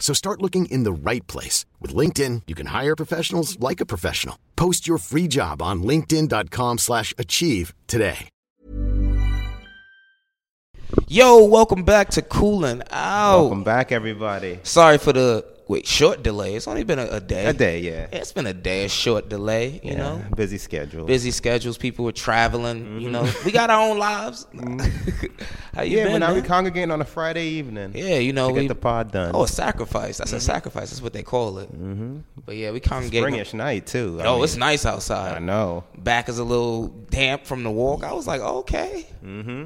So start looking in the right place. With LinkedIn, you can hire professionals like a professional. Post your free job on linkedin.com slash achieve today. Yo, welcome back to Cooling Out. Welcome back, everybody. Sorry for the wait short delay. It's only been a, a day. A day, yeah. It's been a day, a short delay. You Yeah, know, busy schedule. busy schedules. People were traveling. You know, we got our own lives. How you Mm-hmm. Yeah, been? but now we man? congregating on a Friday evening. yeah, you know, to we get the Mm-hmm. pod done. Oh, a sacrifice. That's a sacrifice. That's what they call it. Mm-hmm. But yeah, we congregating. springish night too. I Oh, mean, it's nice outside. I know. Back is a little damp from the walk. I was like, okay. Mm-hmm.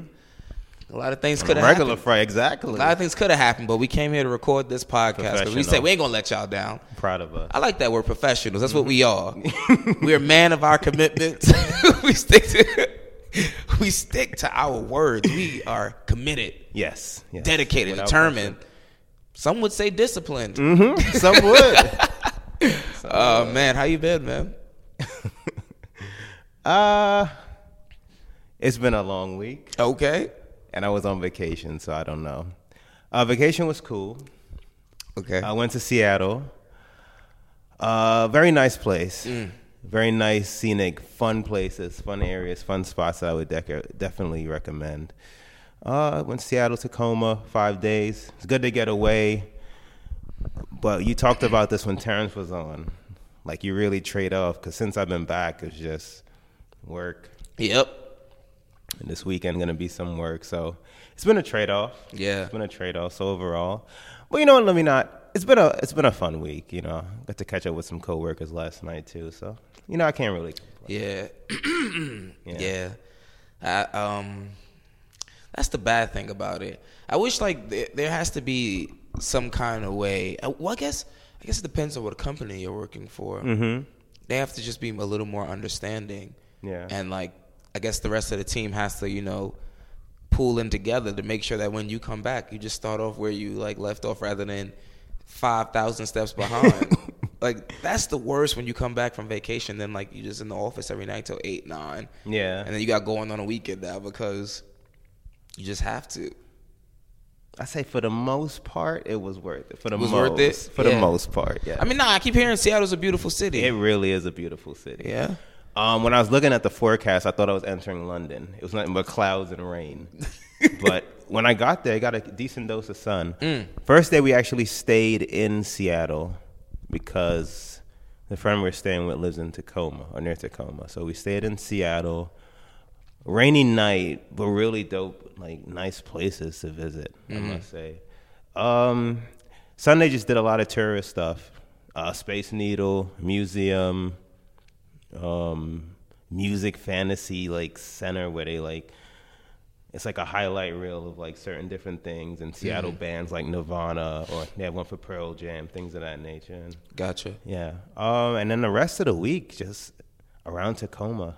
A lot of things could have Mm-hmm. Regular happened. Friday, A exactly. lot of things could have happened, but we came here to record this podcast because we Professional. said we ain't gonna let y'all down. Proud of us. I like that we're professionals. That's what we are. Mm-hmm. we're a man of our commitments. we stick to we stick to our words. We are committed, Yes, yes. dedicated, Without Mm-hmm. determined. Some would say disciplined. question. Some would. Oh man, how you been, man? uh, it's been a long week, Okay. and I was on vacation, so I don't know. Uh, vacation was cool. Okay. I went to Seattle. Uh, very nice place. Very nice, scenic, fun places, fun areas, fun spots that I would dec- definitely recommend. Uh, I went to Seattle, Tacoma, five days. It's good to get away. But you talked about this when Terrence was on. Like, you really trade off because since I've been back, it's just work. yep. And this weekend, going to be some work. So it's been a trade off. Yeah. It's been a trade off so overall. But you know what, let me not it's been a it's been a fun week, you know. Got to catch up with some coworkers last night too, so you know I can't really complain. Yeah. yeah. I, um, that's the bad thing about it. I wish like there, there has to be some kind of way. uh, Well, I guess I guess it depends on what company you're working for. Mm-hmm. They have to just be a little more understanding. Yeah. And like, I guess the rest of the team has to, you know, pool in together to make sure that when you come back, you just start off where you like left off rather than five thousand steps behind. like that's the worst when you come back from vacation. Then like you just in the office every night till eight nine. Yeah. And then you got going on a weekend now because you just have to. I say for the most part it was worth it. For the Was most worth it? for Yeah. the most part, yeah. I mean, nah, I keep hearing Seattle's a beautiful city. it really is a beautiful city. yeah. Um, when I was looking at the forecast, I thought I was entering London. It was nothing but clouds and rain. but when I got there, I got a decent dose of sun. First day, we actually stayed in Seattle because the friend we're staying with lives in Tacoma or near Tacoma. So we stayed in Seattle. Rainy night, but really dope, like nice places to visit. I must say. Um, Sunday just did a lot of tourist stuff. Uh, Space Needle Museum um, music fantasy like center where they like it's like a highlight reel of like certain different things and Seattle bands like Nirvana or they have one for Pearl Jam, things of that nature. And Gotcha. yeah, um, and then the rest of the week just around Tacoma,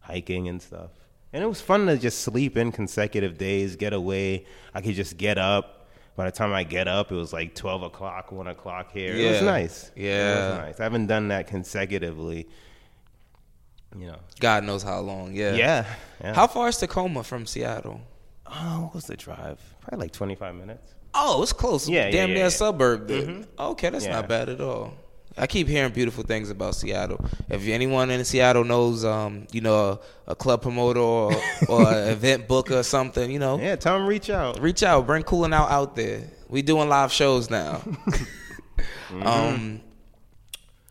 hiking and stuff. And it was fun to just sleep in consecutive days, get away. I could just get up. By the time I get up, it was like twelve o'clock, one o'clock here. It was Yeah. nice. it Yeah. was nice. I haven't done that consecutively. You know, God knows how long. Yeah. yeah. yeah. How far is Tacoma from Seattle? Oh, what was the drive? Probably like 25 minutes. Oh, it's close. Yeah, yeah, damn yeah, near yeah. Mm-hmm. a suburb. then. Okay, that's Yeah. not bad at all. I keep hearing beautiful things about Seattle. If anyone in Seattle knows, um, you know, a, a club promoter or, or an event booker or something, you know, Yeah, Tom, reach out. reach out. Bring Cooling Out out there. We doing live shows now. Mm-hmm. Um,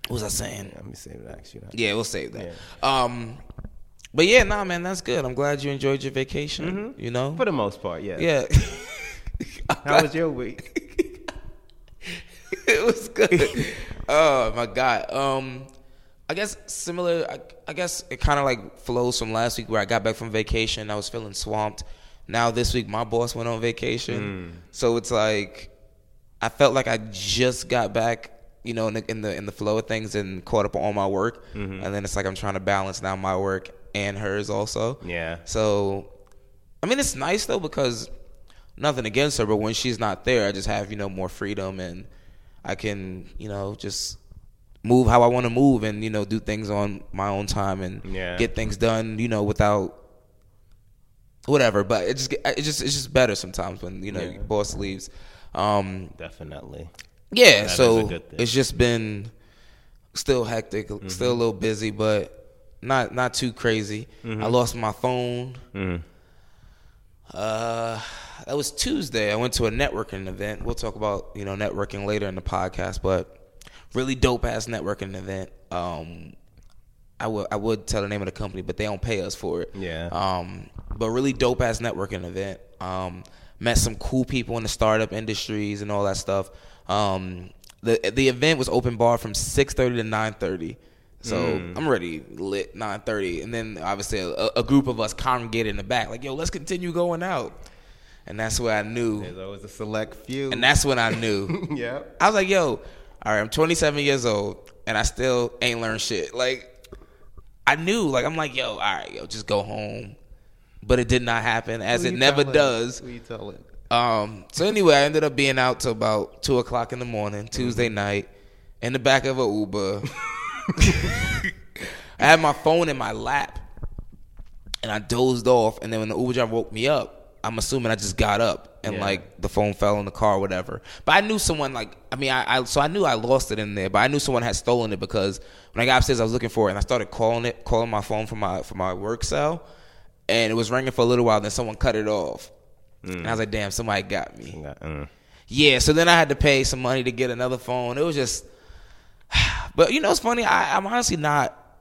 what was I saying? Let me save that. Actually, that. Yeah, we'll save that. Um, But yeah, nah, man, that's good. I'm glad you enjoyed your vacation. Mm-hmm. You know, For the most part, yeah. yeah, How was your week? it was good. oh my god. Um, I guess similar. I, I guess it kind of like flows from last week where I got back from vacation. I was feeling swamped. Now this week my boss went on vacation, so it's like I felt like I just got back, you know, in the in the, in the flow of things and caught up on all my work, and then it's like I'm trying to balance now my work and hers also. Yeah. So, I mean, it's nice though because nothing against her, but when she's not there, I just have you know more freedom and I can you know just move how I want to move and you know do things on my own time and Yeah. get things done you know without whatever. But it just it just it's just better sometimes when you know your boss leaves. Um, Definitely. yeah, is so a good thing. Mm-hmm. it's just been still hectic, still a little busy, but not not too crazy. Mm-hmm. I lost my phone. Uh, that was Tuesday. I went to a networking event. We'll talk about you know networking later in the podcast, but really dope ass networking event. Um, I would I would tell the name of the company, but they don't pay us for it. Yeah. Um, but really dope ass networking event. Um, met some cool people in the startup industries and all that stuff. Um, the the event was open bar from six thirty to nine thirty. So I'm ready lit nine thirty, and then obviously a, a group of us congregated in the back, like yo, let's continue going out, and that's where I knew, There's always a select few. and that's when I knew. yeah. I was like, yo, all right, I'm 27 years old and I still ain't learned shit. Like, I knew, like, I'm like, yo, all right, yo, just go home. But it did not happen, as it never does. Who you telling? Um, so anyway, I ended up being out till about two o'clock in the morning, Tuesday night, in the back of a Uber. I had my phone in my lap, and I dozed off. And then when the Uber driver woke me up, I'm assuming I just got up and Yeah. like the phone fell in the car, or whatever. But I knew someone like I mean, I, I so I knew I lost it in there, but I knew someone had stolen it because when I got upstairs, I was looking for it, and I started calling it, calling my phone from my from my work cell, and it was ringing for a little while. Then someone cut it off, and I was like, "Damn, somebody got me." Yeah, mm. Yeah, so then I had to pay some money to get another phone. It was just, but you know, it's funny. I, I'm honestly not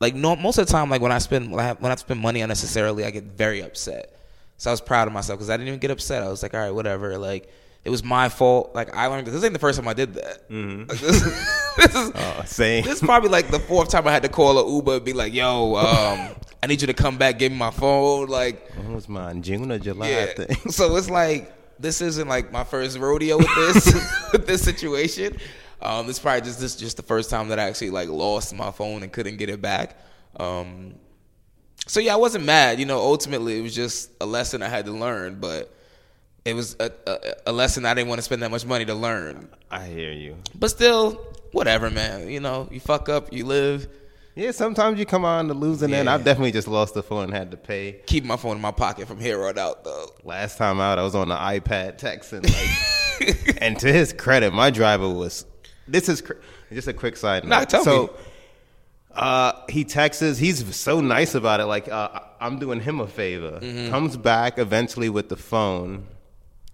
like no, most of the time. Like when I spend when I, have, when I spend money unnecessarily, I get very upset. So I was proud of myself because I didn't even get upset. I was like, all right, whatever. Like it was my fault. Like I learned this. This ain't the first time I did that. Like, this, this is Oh, same. this is probably like the fourth time I had to call a Uber and be like, yo, um, I need you to come back, give me my phone. Like When was mine? June or July? I yeah. think. So it's like this isn't like my first rodeo with this with this situation. Um, it's probably just this just the first time that I actually like lost my phone and couldn't get it back. Um, so yeah, I wasn't mad. You know, ultimately it was just a lesson I had to learn, but it was a, a, a lesson I didn't want to spend that much money to learn. I hear you. But still, whatever, man. You know, you fuck up, you live. Yeah, sometimes you come on the losing end. Yeah. I've definitely just lost the phone and had to pay. Keep my phone in my pocket from here on out, though. Last time out, I was on the iPad texting. Like, and to his credit, my driver was. This is cr- just a quick side note. Nah, tell so, me. Uh, he texts. He's so nice about it. Like uh, I'm doing him a favor. Mm-hmm. Comes back eventually with the phone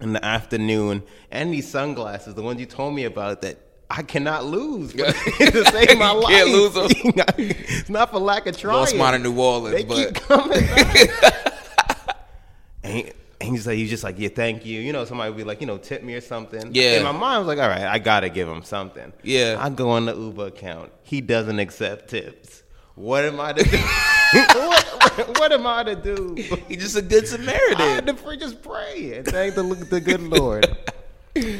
in the afternoon and these sunglasses, the ones you told me about that I cannot lose. to save my You life, can't lose 'em. it's not for lack of trying. Lost mine in New Orleans, They but keep coming. back. and, he, and he's like, he's just like, yeah, thank you. You know, somebody would be like, you know, tip me or something. Yeah. In my mind, I was like, all right, I gotta give him something. Yeah. I go on the Uber account. He doesn't accept tips. What am I to do? what, what am I to do? he's just a good Samaritan. I had to pray- just pray and thank the, the good Lord.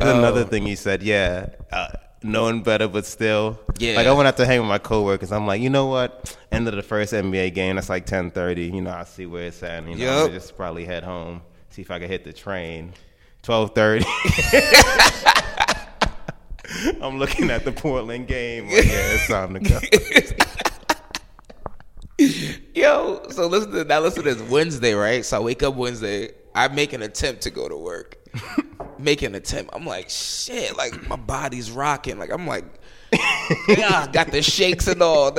Um, There's another thing he said, yeah, uh, knowing better, but still, Yeah. Like I went out to hang with my coworkers. I'm like, you know what? End of the first NBA game. That's like 10:30. You know, I see where it's at. and, You know, I'm Yup. gonna just probably head home, see if I can hit the train. 12:30. I'm looking at the Portland game. Like, yeah, it's time to go. Yo, so listen to now. Listen to this Wednesday, right? So I wake up Wednesday. I make an attempt to go to work. make an attempt. I'm like, shit. Like my body's rocking. Like I'm like, yeah, I got the shakes and all.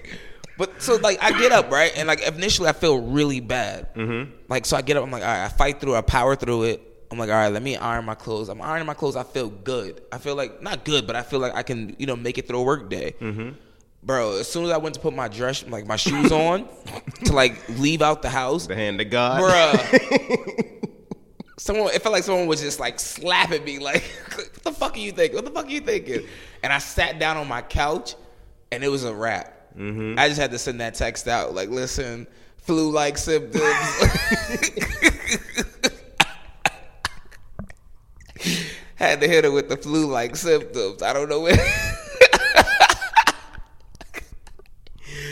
but so like I get up right, and like initially I feel really bad. Mm-hmm. Like so I get up. I'm like, all right. I fight through. it, I power through it. I'm like, all right. Let me iron my clothes. I'm ironing my clothes. I feel good. I feel like not good, but I feel like I can you know make it through a work day. Mm-hmm. Bro, as soon as I went to put my dress, like my shoes on, to like leave out the house, The hand of God. bruh. someone, it felt like someone was just like slapping me, like, "What the fuck are you thinking? What the fuck are you thinking?" And I sat down on my couch, and it was a wrap. I just had to send that text out, like, "Listen, flu-like symptoms." had to hit her with the flu-like symptoms. I don't know where.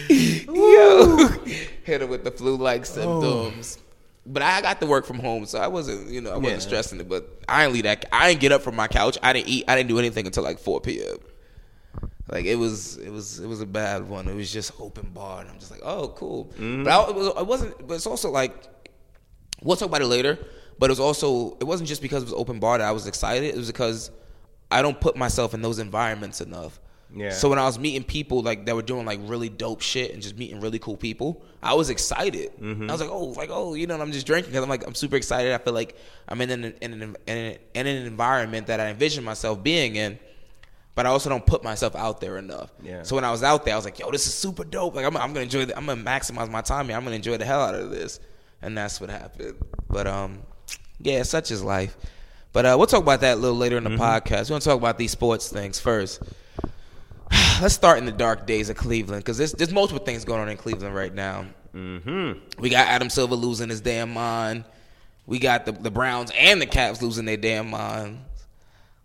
Yo, hit her with the flu-like symptoms. But I got to work from home, so I wasn't, you know, I wasn't Yeah. stressing it. But I didn't leave that. I didn't get up from my couch. I didn't eat. I didn't do anything until like 4 p.m. Like it was, it was, it was a bad one. It was just open bar, and I'm just like, oh, cool. But I, it, was, it wasn't. But it's also like we'll talk about it later. But it was also it wasn't just because it was open bar that I was excited. It was because I don't put myself in those environments enough. Yeah. So when I was meeting people like that were doing like really dope shit and just meeting really cool people, I was excited. I was like, oh, like oh, you know, and I'm just drinking because I'm like I'm super excited. I feel like I'm in an in an in an, in an environment that I envision myself being in. But I also don't put myself out there enough. Yeah. So when I was out there, I was like, "Yo, this is super dope! Like, I'm, I'm gonna enjoy. The, I'm gonna maximize my time here. I'm gonna enjoy the hell out of this." And that's what happened. But um, yeah, such is life. But uh, we'll talk about that a little later in the podcast. We're gonna talk about these sports things first. Let's start in the dark days of Cleveland because there's, there's multiple things going on in Cleveland right now. Mm-hmm. We got Adam Silver losing his damn mind. We got the, the Browns and the Caps losing their damn minds.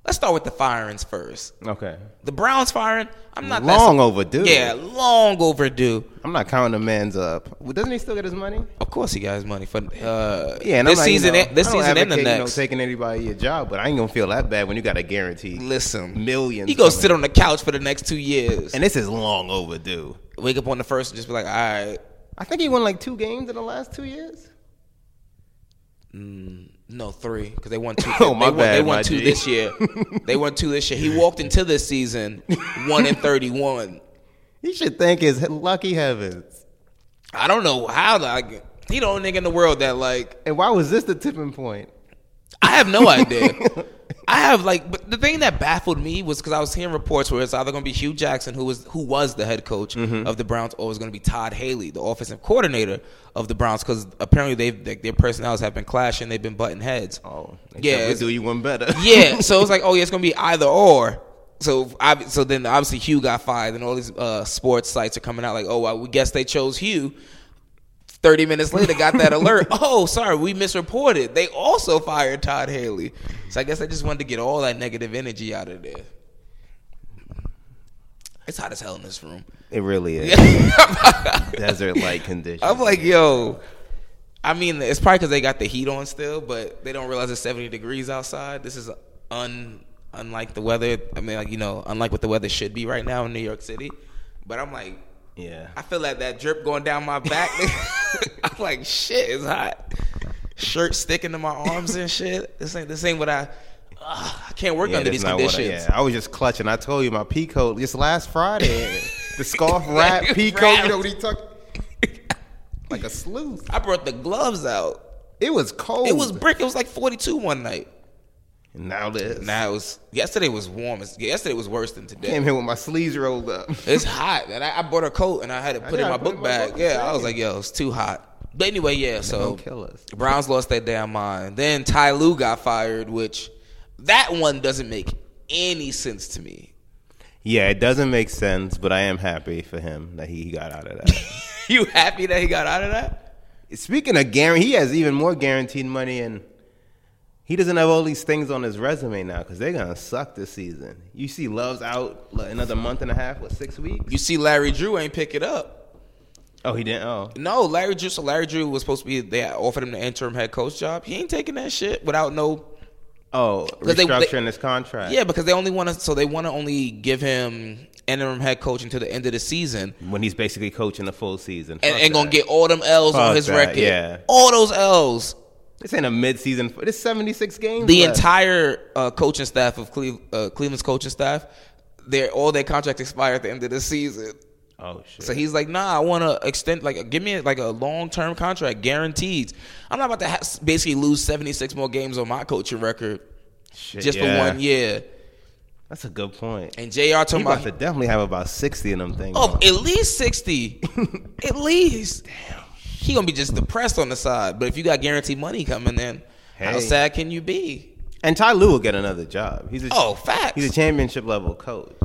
Let's start with the firings first. Okay. The Browns firing. I'm not Long that, overdue. Yeah, long overdue. I'm not counting the man's up. Well, Doesn't he still get his money? Of course, he got his money for uh, Yeah, and this I'm like, season, you know, and- this I don't season and the advocate, you know, next. taking anybody your job, but I ain't gonna feel that bad when you got a guarantee. Listen, Millions He gonna coming. sit on the couch for the next two years And this is long overdue. wake up on the first and just be like, all right, I think he won like two games in the last two years. no three because they won two. Oh, they my won, They bad, won my two G. this year. they won two this year. He walked into this season one and thirty-one. He should thank his lucky heavens. I don't know how. Like, he the only nigga in the world that like And why was this the tipping point? I have no idea. I have like, but the thing that baffled me was because I was hearing reports where it's either going to be Hugh Jackson, who was who was the head coach Mm-hmm. of the Browns, or it was going to be Todd Haley, the offensive coordinator of the Browns, because apparently they've like, their personalities have been clashing, they've been butting heads. Oh, they Yeah, said, we it's- do you one better. Yeah, so it's like, oh yeah, it's gonna be either or. So, ob- so then obviously Hugh got fired, and all these uh, sports sites are coming out like, oh, well, we guess they chose Hugh. Thirty minutes later, got that alert. Oh, sorry, we misreported. They also fired Todd Haley. So I guess they just wanted to get all that negative energy out of there. It's hot as hell in this room. It really is desert like conditions. I'm like, yo. I mean, it's probably because they got the heat on still, but they don't realize it's 70 degrees outside. This is un unlike the weather. I mean, like you know, unlike what the weather should be right now in New York City. But I'm like, yeah, I feel like that drip going down my back. I'm like, shit, it's hot. Shirt sticking to my arms and shit. This ain't this ain't what I. Ugh, I can't work yeah, under that's these not what I- conditions. yeah, I was just clutching. I told you my pea coat just last Friday. the scarf wrap pea coat. Wrapped. You know what he tucked? like a sleuth. I brought the gloves out. It was cold. It was brick. It was like 42 one night. now this. Nah, it was yesterday was warm. as- Yesterday was worse than today. came here with my sleeves rolled up. It's hot, and I, I bought a coat and I had it put did, in I my put it book in my bag. book Yeah, bag. I was like, yo, it's too hot. But anyway, yeah. So Don't kill us. Browns lost their damn mind. Then Ty Lue got fired, which that one doesn't make any sense to me. Yeah, it doesn't make sense, but I am happy for him that he got out of that. you happy that he got out of that? Speaking of guarantee, he has even more guaranteed money, and he doesn't have all these things on his resume now because they're gonna suck this season. You see, Love's out like, another month and a half, what six weeks? You see, Larry Drew ain't pick it up. Oh, he didn't. Oh, No, Larry Drew. So Larry Drew was supposed to be. They offered him the interim head coach job. He ain't taking that shit without no oh, 'Cause they- restructuring they- his contract. Yeah, because they only want to. So they want to only give him interim head coach until the end of the season, when he's basically coaching the full season and, Fuck and gonna that. get all them L's on Fuck his that, record. yeah. all those L's. This ain't a mid-season. It's seventy-six games. The left. entire uh, coaching staff of Cleve, uh, Cleveland's coaching staff, their all their contracts expire at the end of the season. Oh shit. So he's like, nah, I want to extend, like, give me like a long term contract, guaranteed. I'm not about to ha- basically lose 76 more games on my coaching record Shit, just for yeah. one year. That's a good point. And Jr. talking You about about to definitely have about sixty in them things. oh, though. at least sixty, at least. He gonna be just depressed on the side. But if you got guaranteed money coming in, how Hey. sad can you be? and Ty Lue will get another job. He's a, Oh, facts. He's a championship level coach.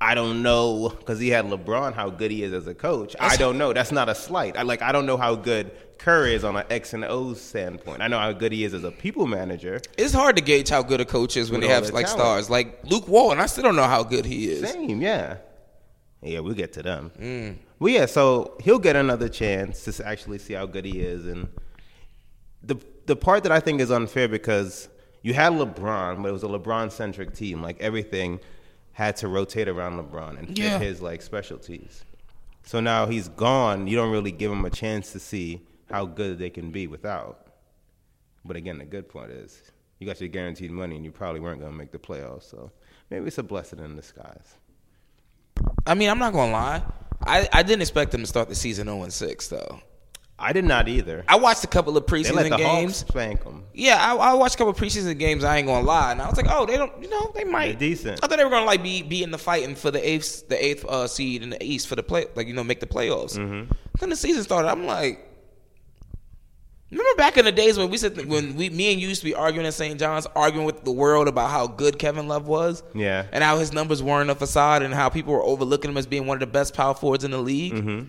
I don't know because he had LeBron how good he is as a coach. I don't know. That's not a slight. I like. I don't know how good Kerr is on an X and O's standpoint. I know how good he is as a people manager. It's hard to gauge how good a coach is when With they all have that like talent. stars like Luke Walton. I still don't know how good he is. Mm. Same, yeah. Yeah, we'll get to them. Well, yeah, so he'll get another chance to s- actually see how good he is. And the the part that I think is unfair because you had LeBron, but it was a LeBron centric team. Like everything had to rotate around LeBron and fit Yeah. his like specialties. So now he's gone. You don't really give him a chance to see how good they can be without. But again, the good point is you got your guaranteed money and you probably weren't going to make the playoffs. So maybe it's a blessing in disguise. I mean, I'm not gonna lie. I, I didn't expect them to start the season 0 and 6 though. I did not either. I watched a couple of They let preseason the games. Hawks spank them. Yeah, I, I watched a couple of preseason games. I ain't gonna lie, and I was like, oh, they don't, you know, they might They're decent. I thought they were gonna like be be in the fighting for the eighth the eighth uh, seed in the East for the play, like you know, make the playoffs. Mm-hmm. Then the season started. I'm like, remember back in the days when we said when we me and you used to be arguing at St. John's, arguing with the world about how good Kevin Love was, Yeah. and how his numbers weren't a facade, and how people were overlooking him as being one of the best power forwards in the league. Mm-hmm.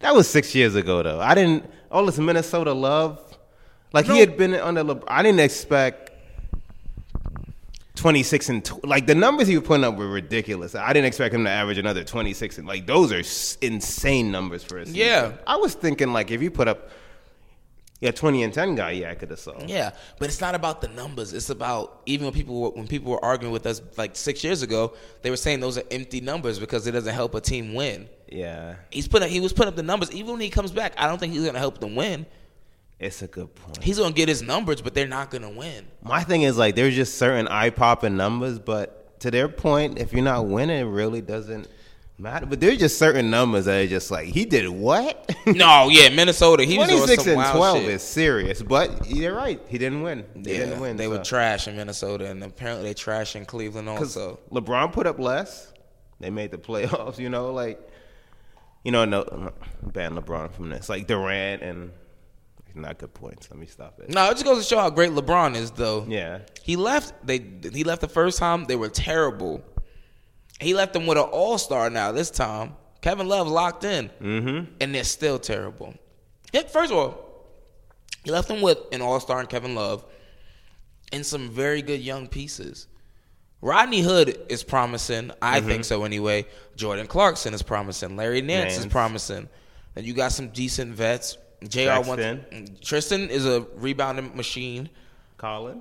That was six years ago, though. I didn't. All this Minnesota love, like No. he had been under. LeBron. I didn't expect twenty six and tw- like the numbers he was putting up were ridiculous. I didn't expect him to average another twenty six and like those are s- insane numbers for a season. Yeah. I was thinking like if you put up yeah twenty and ten guy, yeah, I could have saw. Yeah, but it's not about the numbers. It's about even when people were, when people were arguing with us like six years ago, they were saying those are empty numbers because it doesn't help a team win. yeah, He's put up, he was putting up the numbers. Even when he comes back, I don't think he's gonna help them win. it's a good point. He's gonna get his numbers, but they're not gonna win. My thing is like there's just certain eye popping numbers, but to their point, if you're not winning, it really doesn't matter. But there's just certain numbers that are just like he did what? No, yeah, Minnesota. He was Twenty doing six some and wild twelve shit. is serious, but you're right. He didn't win. They yeah, didn't win. they were so. trash in Minnesota, and apparently they trash in Cleveland 'Cause also. LeBron put up less. They made the playoffs. You know, like you know, no ban LeBron from this. Like Durant and not good points. Let me stop it. No, it just goes to show how great LeBron is, though. Yeah. He left. They he left the first time. They were terrible. He left them with an all star. Now this time, Kevin Love locked in, mm-hmm. and they're still terrible. Yeah, First of all, he left them with an all star and Kevin Love, and some very good young pieces. Rodney Hood is promising. I think so anyway. Jordan Clarkson is promising. Larry Nance, is Nance. promising. And you got some decent vets. Jr. Paxton. wants Tristan is a rebounding machine. Colin.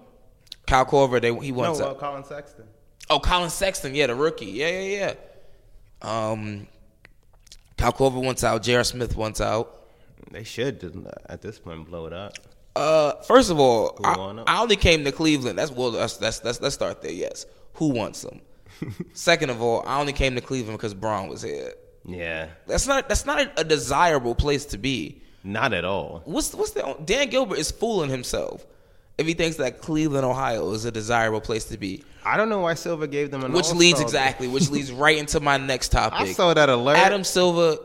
Kyle Corver, they he No, wants uh, a, Colin Sexton. oh Colin Sexton, yeah, the rookie, yeah, yeah, yeah. Um, Kyle Corver wants out. J.R. Smith wants out. They should just, at this point blow it up. Uh, first of all, Who want I, him? I only came to Cleveland. That's well, that's that's, that's let's start there. Yes, who wants them? Second of all, I only came to Cleveland because Braun was here. Yeah, That's not that's not a, a desirable place to be. not at all. What's what's the Dan Gilbert is fooling himself if he thinks that Cleveland, Ohio, is a desirable place to be. I don't know why Silva gave them an Which all-star. leads exactly, which leads right into my next topic. I saw that alert. Adam Silver,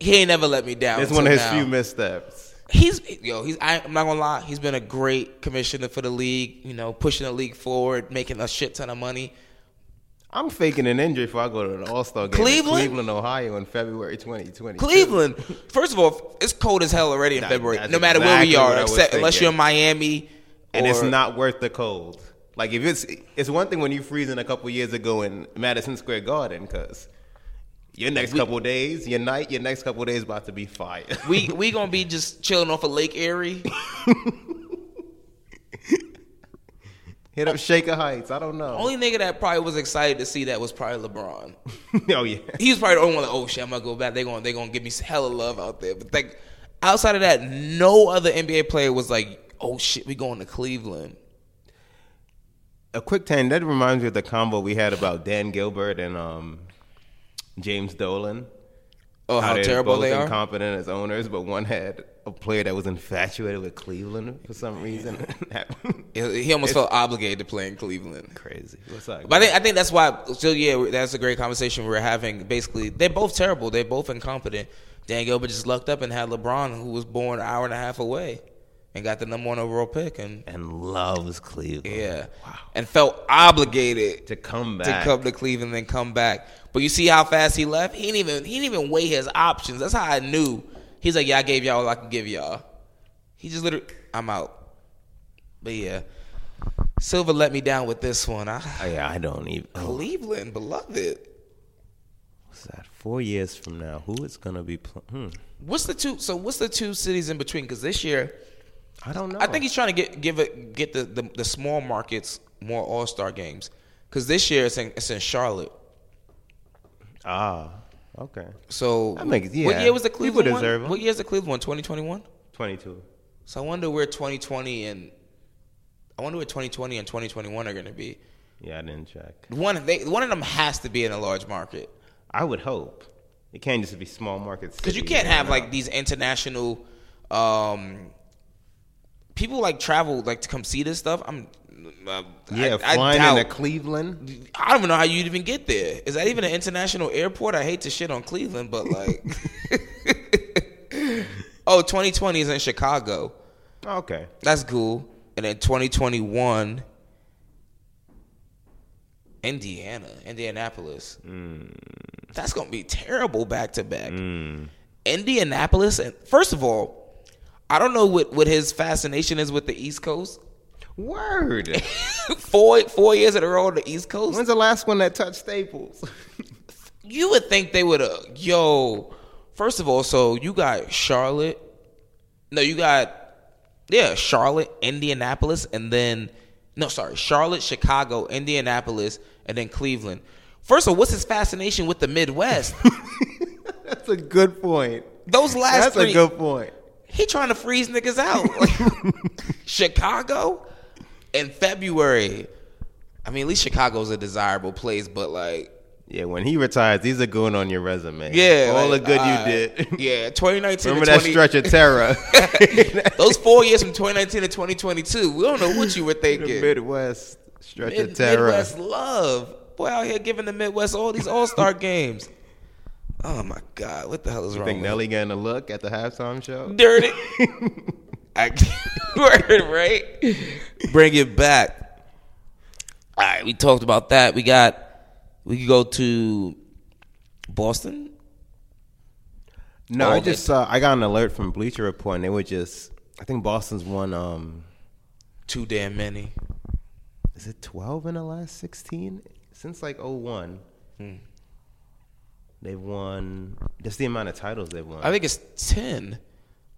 he ain't never let me down. That's one of his until few now. missteps. He's yo, he's I, I'm not gonna lie, he's been a great commissioner for the league. You know, pushing the league forward, making a shit ton of money. I'm faking an injury before I go to an All Star game. in Cleveland? Cleveland, Ohio, in February 2020. Cleveland, first of all, it's cold as hell already in That- February. that's No matter where we exactly what are, I was except unless thinking. you're in Miami, and it's or- not worth the cold. Like if it's it's one thing when you freezing a couple years ago in Madison Square Garden, cause your next couple days, your night, your next couple days about to be fire. We we gonna be just chilling off of Lake Erie. Hit up Shaker Heights. I don't know. Only nigga that probably was excited to see that was probably LeBron. oh yeah. He was probably the only one like, oh shit, I'm gonna go back. They gonna they gonna give me hella love out there. But like outside of that, no other NBA player was like, oh shit, we going to Cleveland. a quick ten. That reminds me of the combo we had about Dan Gilbert and um, James Dolan. Oh, how they're terrible both they are? Incompetent as owners, but one had a player that was infatuated with Cleveland for some reason. He he almost felt obligated to play in Cleveland. Crazy. What's up? But I think, I think that's why. So yeah, that's a great conversation we're having. Basically, they're both terrible. They're both incompetent. Dan Gilbert just lucked up and had LeBron, who was born an hour and a half away, and got the number one overall pick. And and loves Cleveland. yeah, and felt obligated To come to back. come to Cleveland and come back. But you see how fast he left. He didn't even he didn't even weigh his options. That's how I knew. He's like, yeah, I gave y'all all I could give y'all. He just literally, I'm out. But yeah, Silver let me down with this one. I, Oh, yeah, I don't even. Oh, Cleveland, beloved. what's that? Four years from now, who is gonna be? Pl- hmm. What's the two? So what's the two cities in between? Because this year, I don't know. I think he's trying to get give it get the the, the small markets more All Star games. Because this year it's in it's in Charlotte. Ah, okay. So That makes- what yeah. year was the People Cleveland one? deserve 'em. What year is the Cleveland one? Twenty twenty one. Twenty-two. So I wonder where 2020 and I wonder where 2020 and 2021 are going to be. Yeah, I didn't check. One they, one of them has to be in a large market I would hope it can't just be small markets because you can't have like these international um, people like travel like to come see this stuff. I'm uh, yeah I, flying I doubt- into Cleveland. I don't even know how you'd even get there. Is that even an international airport? I hate to shit on Cleveland, but like, oh, 2020 is in Chicago. Okay, That's cool. And then 2021, Indiana, Indianapolis. That's gonna be terrible back to back. Indianapolis, and first of all, I don't know what what his fascination is with the East Coast. word. four four years in a row on the East Coast. When's the last one that touched Staples? you would think they would have yo first of all so you got charlotte no you got yeah charlotte indianapolis and then no sorry charlotte chicago indianapolis and then cleveland first of all what's his fascination with the midwest That's a good point. those last That's three a good point. he trying to freeze niggas out chicago in february i mean at least chicago's a desirable place but like Yeah, when he retires, these are going on your resume. yeah all like, the good alright. you did. yeah 2019 to Remember that 20 stretch of terror? Those four years from 2019 to 2022, we don't know what you were the thinking. Midwest stretch Mid- of terror. Midwest love. Boy, out here giving the Midwest all these all star games. Oh my God, what the hell is I wrong think with Nelly getting a look at the halftime show. Dirty. I word, right? Bring it back. All right, we talked about that. We got, we could go to Boston. No, Oh, I okay. just saw. I got an alert from Bleacher Report, and they were just. I think Boston's won. Um, Too damn many. is it twelve in the last sixteen since like '01. Hmm. They've won. That's the amount of titles they've won. I think it's 10.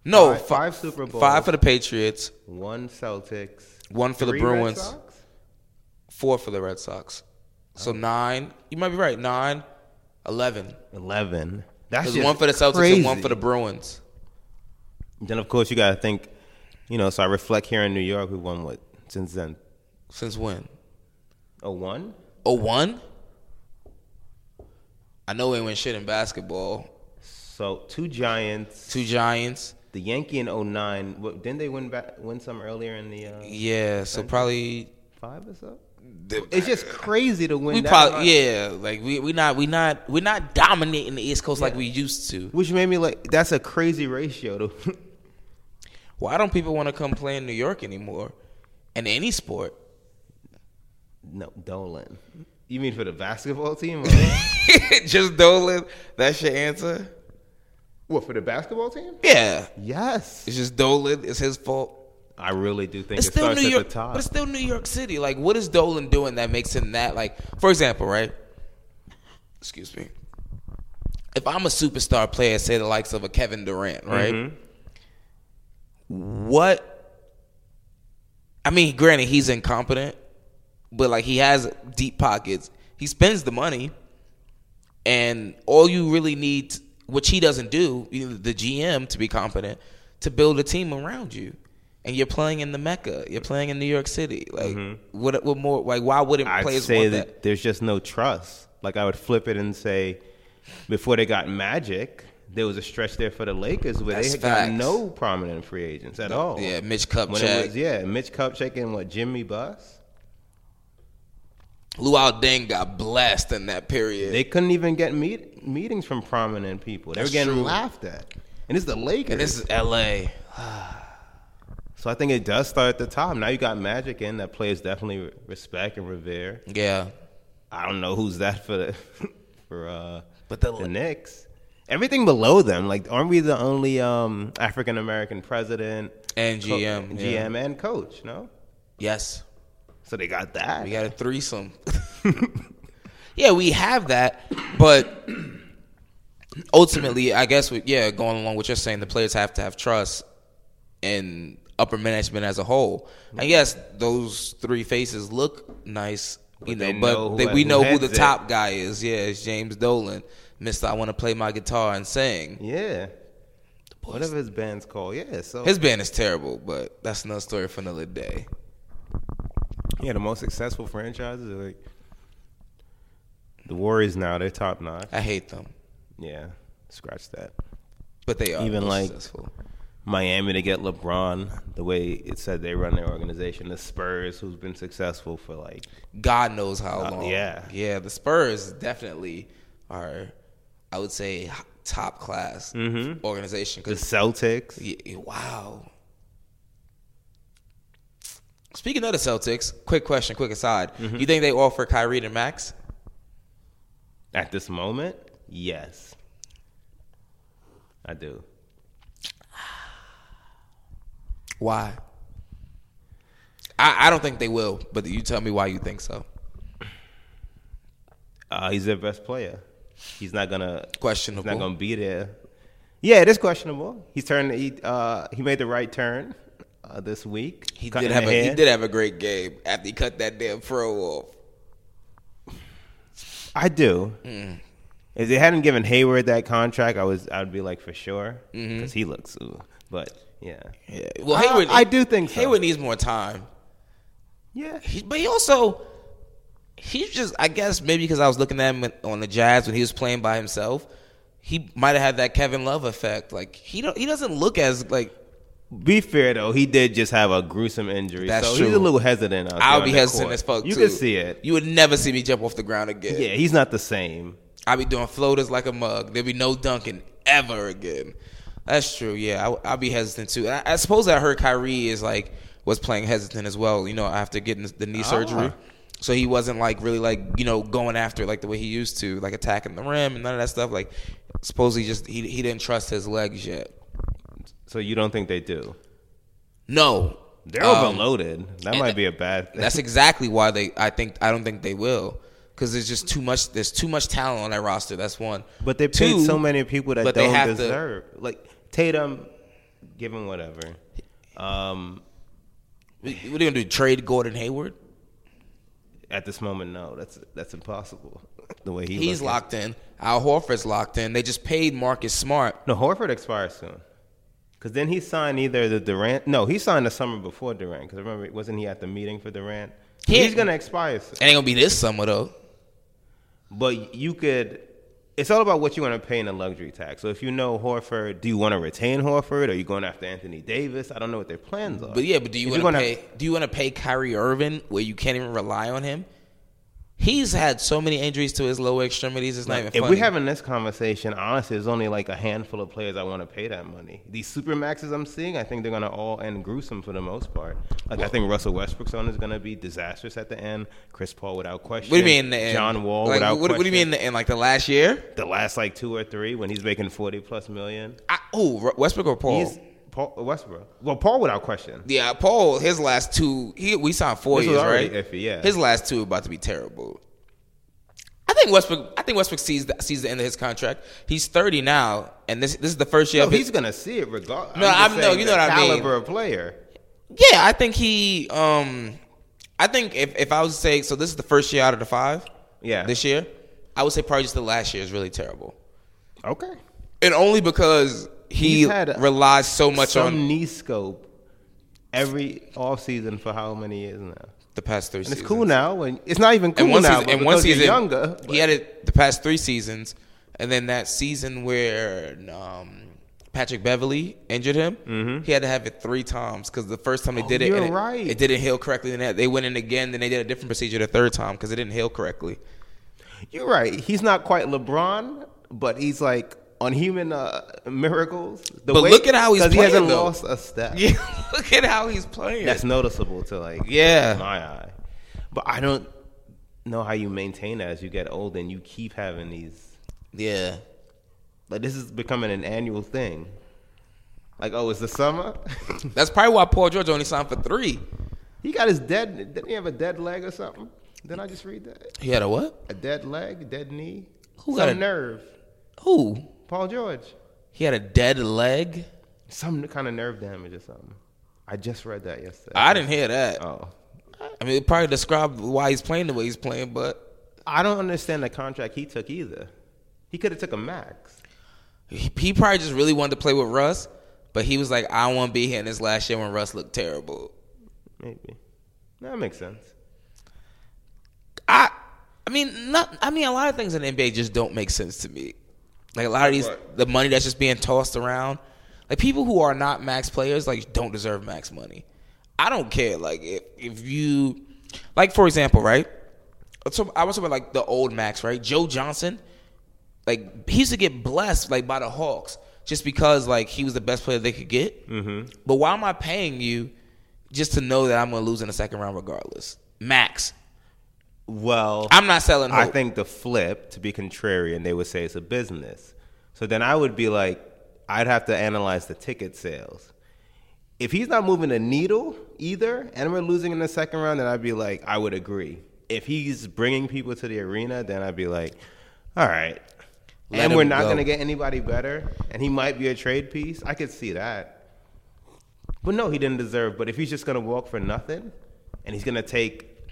No, Five- fi- five Super Bowls. Five for the Patriots, one Celtics, one for three the Red Bruins. Sox? four for the Red Sox. So nine. You might be right. Nine, eleven. Eleven. That's There's just one for the Celtics crazy. and one for the Bruins. Then of course you got to think. You know, so I reflect here in New York. We won what since then? Since when? Oh one. Oh one. I know we ain't win shit in basketball. So two Giants. Two Giants. The Yankee in 09, what, didn't they win back, win some earlier in the uh, Yeah. So probably. five or so? the- It's just crazy to win. we that much. probably yeah. Like we we not we not we're not dominating the East Coast like we used to. Which made me like, that's a crazy ratio. To, Why don't people want to come play in New York anymore? In any sport. no, Dolan. You mean for the basketball team? Or, Just Dolan. That's your answer. what for the basketball team? Yeah. Yes, It's just Dolan. It's his fault. I really do think It's it still starts New at York, the top. but it's still New York City. Like, what is Dolan doing that makes him that? Like, for example, right? Excuse me. If I'm a superstar player, say the likes of a Kevin Durant, right? Mm-hmm. What? I mean, granted, he's incompetent, but like he has deep pockets. He spends the money, and all you really need, which he doesn't do, you need the GM to be competent to build a team around you. And you're playing in the Mecca. You're playing in New York City. Like, what? What more? Like, why wouldn't Mm-hmm. I'd players say want that, there's just no trust. Like I would flip it and say, before they got Magic, there was a stretch there for the Lakers where That's they got facts. no prominent free agents at all. Yeah, Mitch When it Kupchak, was, yeah, Mitch Kupchak and what Jimmy Buss. Luau Deng got blessed in that period. They couldn't even get meet, meetings from prominent people. They That's were getting true. laughed at. And it's the Lakers. and this is L.A. so I think it does start at the top. Now you got Magic in that players definitely re- respect and revere. Yeah, I don't know who's that for the for uh But the- the Knicks. Everything below them, like aren't we the only um African American president and co- GM. yeah. GM and coach, no? Yes, So they got that. we got a threesome. yeah, we have that, but ultimately, I guess, we, yeah, going along with what you're saying, the players have to have trust in upper management as a whole. And yes, those three faces look nice, you know, But they but know who- they, we who know who heads the it. top guy is. Yeah, it's James Dolan, Mister. I want to play my guitar and sing. yeah. Whatever his band's called, yeah. So His band is terrible, but that's another story for another day. yeah, the most successful franchises are like the Warriors now, they're top notch. I hate them, Yeah. Scratch that. but they are Even most like- successful. Miami to get LeBron, the way it said they run their organization. The Spurs, who's been successful for like God knows how Uh, long. yeah. yeah. The Spurs definitely are, I would say, h- top class Mm-hmm. organization. the 'cause- Celtics. y- y- wow. Speaking of the Celtics, quick question, quick aside. Mm-hmm. You think they offer Kyrie to Max? At this moment, yes. I do. Why? I, I don't think they will, but you tell me why you think so. Uh, he's their best player. He's not gonna He's Questionable. not gonna be there. Yeah, it is questionable. He's turned. He uh, he made the right turn uh, this week. he Cutting did have the a, he hair. did have a great game after he cut that damn throw off. I do. Mm. If they hadn't given Hayward that contract, I was I'd be like for sure because he looks. Ooh. But yeah, Mm-hmm. Yeah. Well, I- Hayward, I do think so. Hayward needs more time. yeah. He, but he also, he's just, I guess maybe because I was looking at him on the Jazz when he was playing by himself, he might have had that Kevin Love effect. Like he don't, he doesn't look as like Be fair though, he did just have a gruesome injury, That's so true. he's a little hesitant. out there I'll on be the hesitant court. as fuck. You too. can see it. You would never see me jump off the ground again. Yeah, he's not the same. I'll be doing floaters like a mug. There'll be no dunking ever again. That's true. Yeah, I, I'll be hesitant too. I, I suppose I heard Kyrie is like was playing hesitant as well. You know, after getting the knee surgery, Ah. so he wasn't like really like you know going after it like the way he used to, like attacking the rim and none of that stuff. Like, suppose he just he he didn't trust his legs yet. So you don't think they do? No, They're Um, overloaded. That and might th- be a bad thing. That's exactly why they. I think I don't think they will because there's just too much. There's too much talent on that roster. That's one. but they paid Two, so many people that but they don't have to- deserve. Like Tatum, give him whatever. Um, What are you gonna do? Trade Gordon Hayward? at this moment, no, that's that's impossible. The way he He's looking. locked in. Al Horford's locked in. They just paid Marcus Smart. No, Horford expires soon. Cause then he signed either the Durant. No, he signed the summer before Durant. Cause remember, wasn't he at the meeting for Durant? He- He's gonna expire. Soon. It ain't gonna be this summer though. But you could. It's all about what you want to pay in the luxury tax. So if you know Horford, do you want to retain Horford? Are you going after Anthony Davis? I don't know what their plans are. But yeah, but do you If want you're to gonna- pay? Do you want to pay Kyrie Irving where you can't even rely on him? He's had so many injuries to his lower extremities. It's not even. If funny. we're having this conversation, honestly, there's only like a handful of players I want to pay that money. These super maxes I'm seeing, I think they're gonna all end gruesome for the most part. Like I think Russell Westbrook's on is gonna be disastrous at the end. Chris Paul without question. what do you mean? in the end? John Wall Like, without what, what do you mean? in question. the end? like the last year? The last like two or three when he's making forty plus million. I, oh, Westbrook or Paul? He's Paul Westbrook. Well, Paul without question. yeah, Paul. His last two. He we signed four This was years, already right? iffy, yeah. His last two about to be terrible. I think Westbrook. I think Westbrook sees the, sees the end of his contract. He's thirty now, and this this is the first year. No, of his, he's gonna see it regardless. No, I'm- no, you know what I mean. Caliber of player. yeah, I think he. Um, I think if if I was to say so, this is the first year out of the five. Yeah. This year, I would say probably just the last year is really terrible, Okay. and only because he He's had relies so much Some on knee scope every off season for how many years now? the past three. And it's seasons. cool now. When it's not even cool and one now. season, but and one because you're season younger. he had it the past three seasons, And then that season where um, Patrick Beverly injured him, he had to have it three times because the first time they did it, Mm-hmm. Oh, you're and it, right. it didn't heal correctly. Then they- they went in again, then they did a different procedure the third time because it didn't heal correctly. You're right. He's not quite LeBron, but he's like on human uh, miracles. The But look at how he's 'cause playing, He hasn't though. lost a step. Yeah, look at how he's playing. That's noticeable to like Yeah. my eye. But I don't know how you maintain that as you get old and you keep having these. yeah. Like this is becoming an annual thing. Like oh, it's the summer. That's probably why Paul George only signed for three. he got his dead. Didn't he have a dead leg or something? Didn't I just read that? He had a what? A dead leg, dead knee. Who Some got a- nerve? Who? Paul George. He had a dead leg. Some kind of nerve damage or something. I just read that yesterday. I didn't hear that. Oh. I mean, it probably described why he's playing the way he's playing, but I don't understand the contract he took either. He could have took a max. he, he probably just really wanted to play with Russ. But he was like, I want to be here in this last year when Russ looked terrible. Maybe. That makes sense. I, I mean, not. I mean, a lot of things in the NBA just don't make sense to me. Like a lot of these, Right. the money that's just being tossed around. Like people who are not max players, like don't deserve max money. I don't care. Like if if you, like for example, right. So I was talking about like the old max, right? Joe Johnson, like he used to get blessed like by the Hawks just because like he was the best player they could get. Mm-hmm. But why am I paying you just to know that I'm going to lose in the second round regardless? Max, Well, I'm not selling. Hope. I think the flip, to be contrarian, they would say it's a business. So then I would be like, I'd have to analyze the ticket sales. If he's not moving a needle either, and we're losing in the second round, then I'd be like, I would agree. If he's bringing people to the arena, then I'd be like, all right. Let and we're him not go. going to get anybody better, and he might be a trade piece. I could see that. But no, he didn't deserve. But if he's just gonna walk for nothing, and he's gonna take,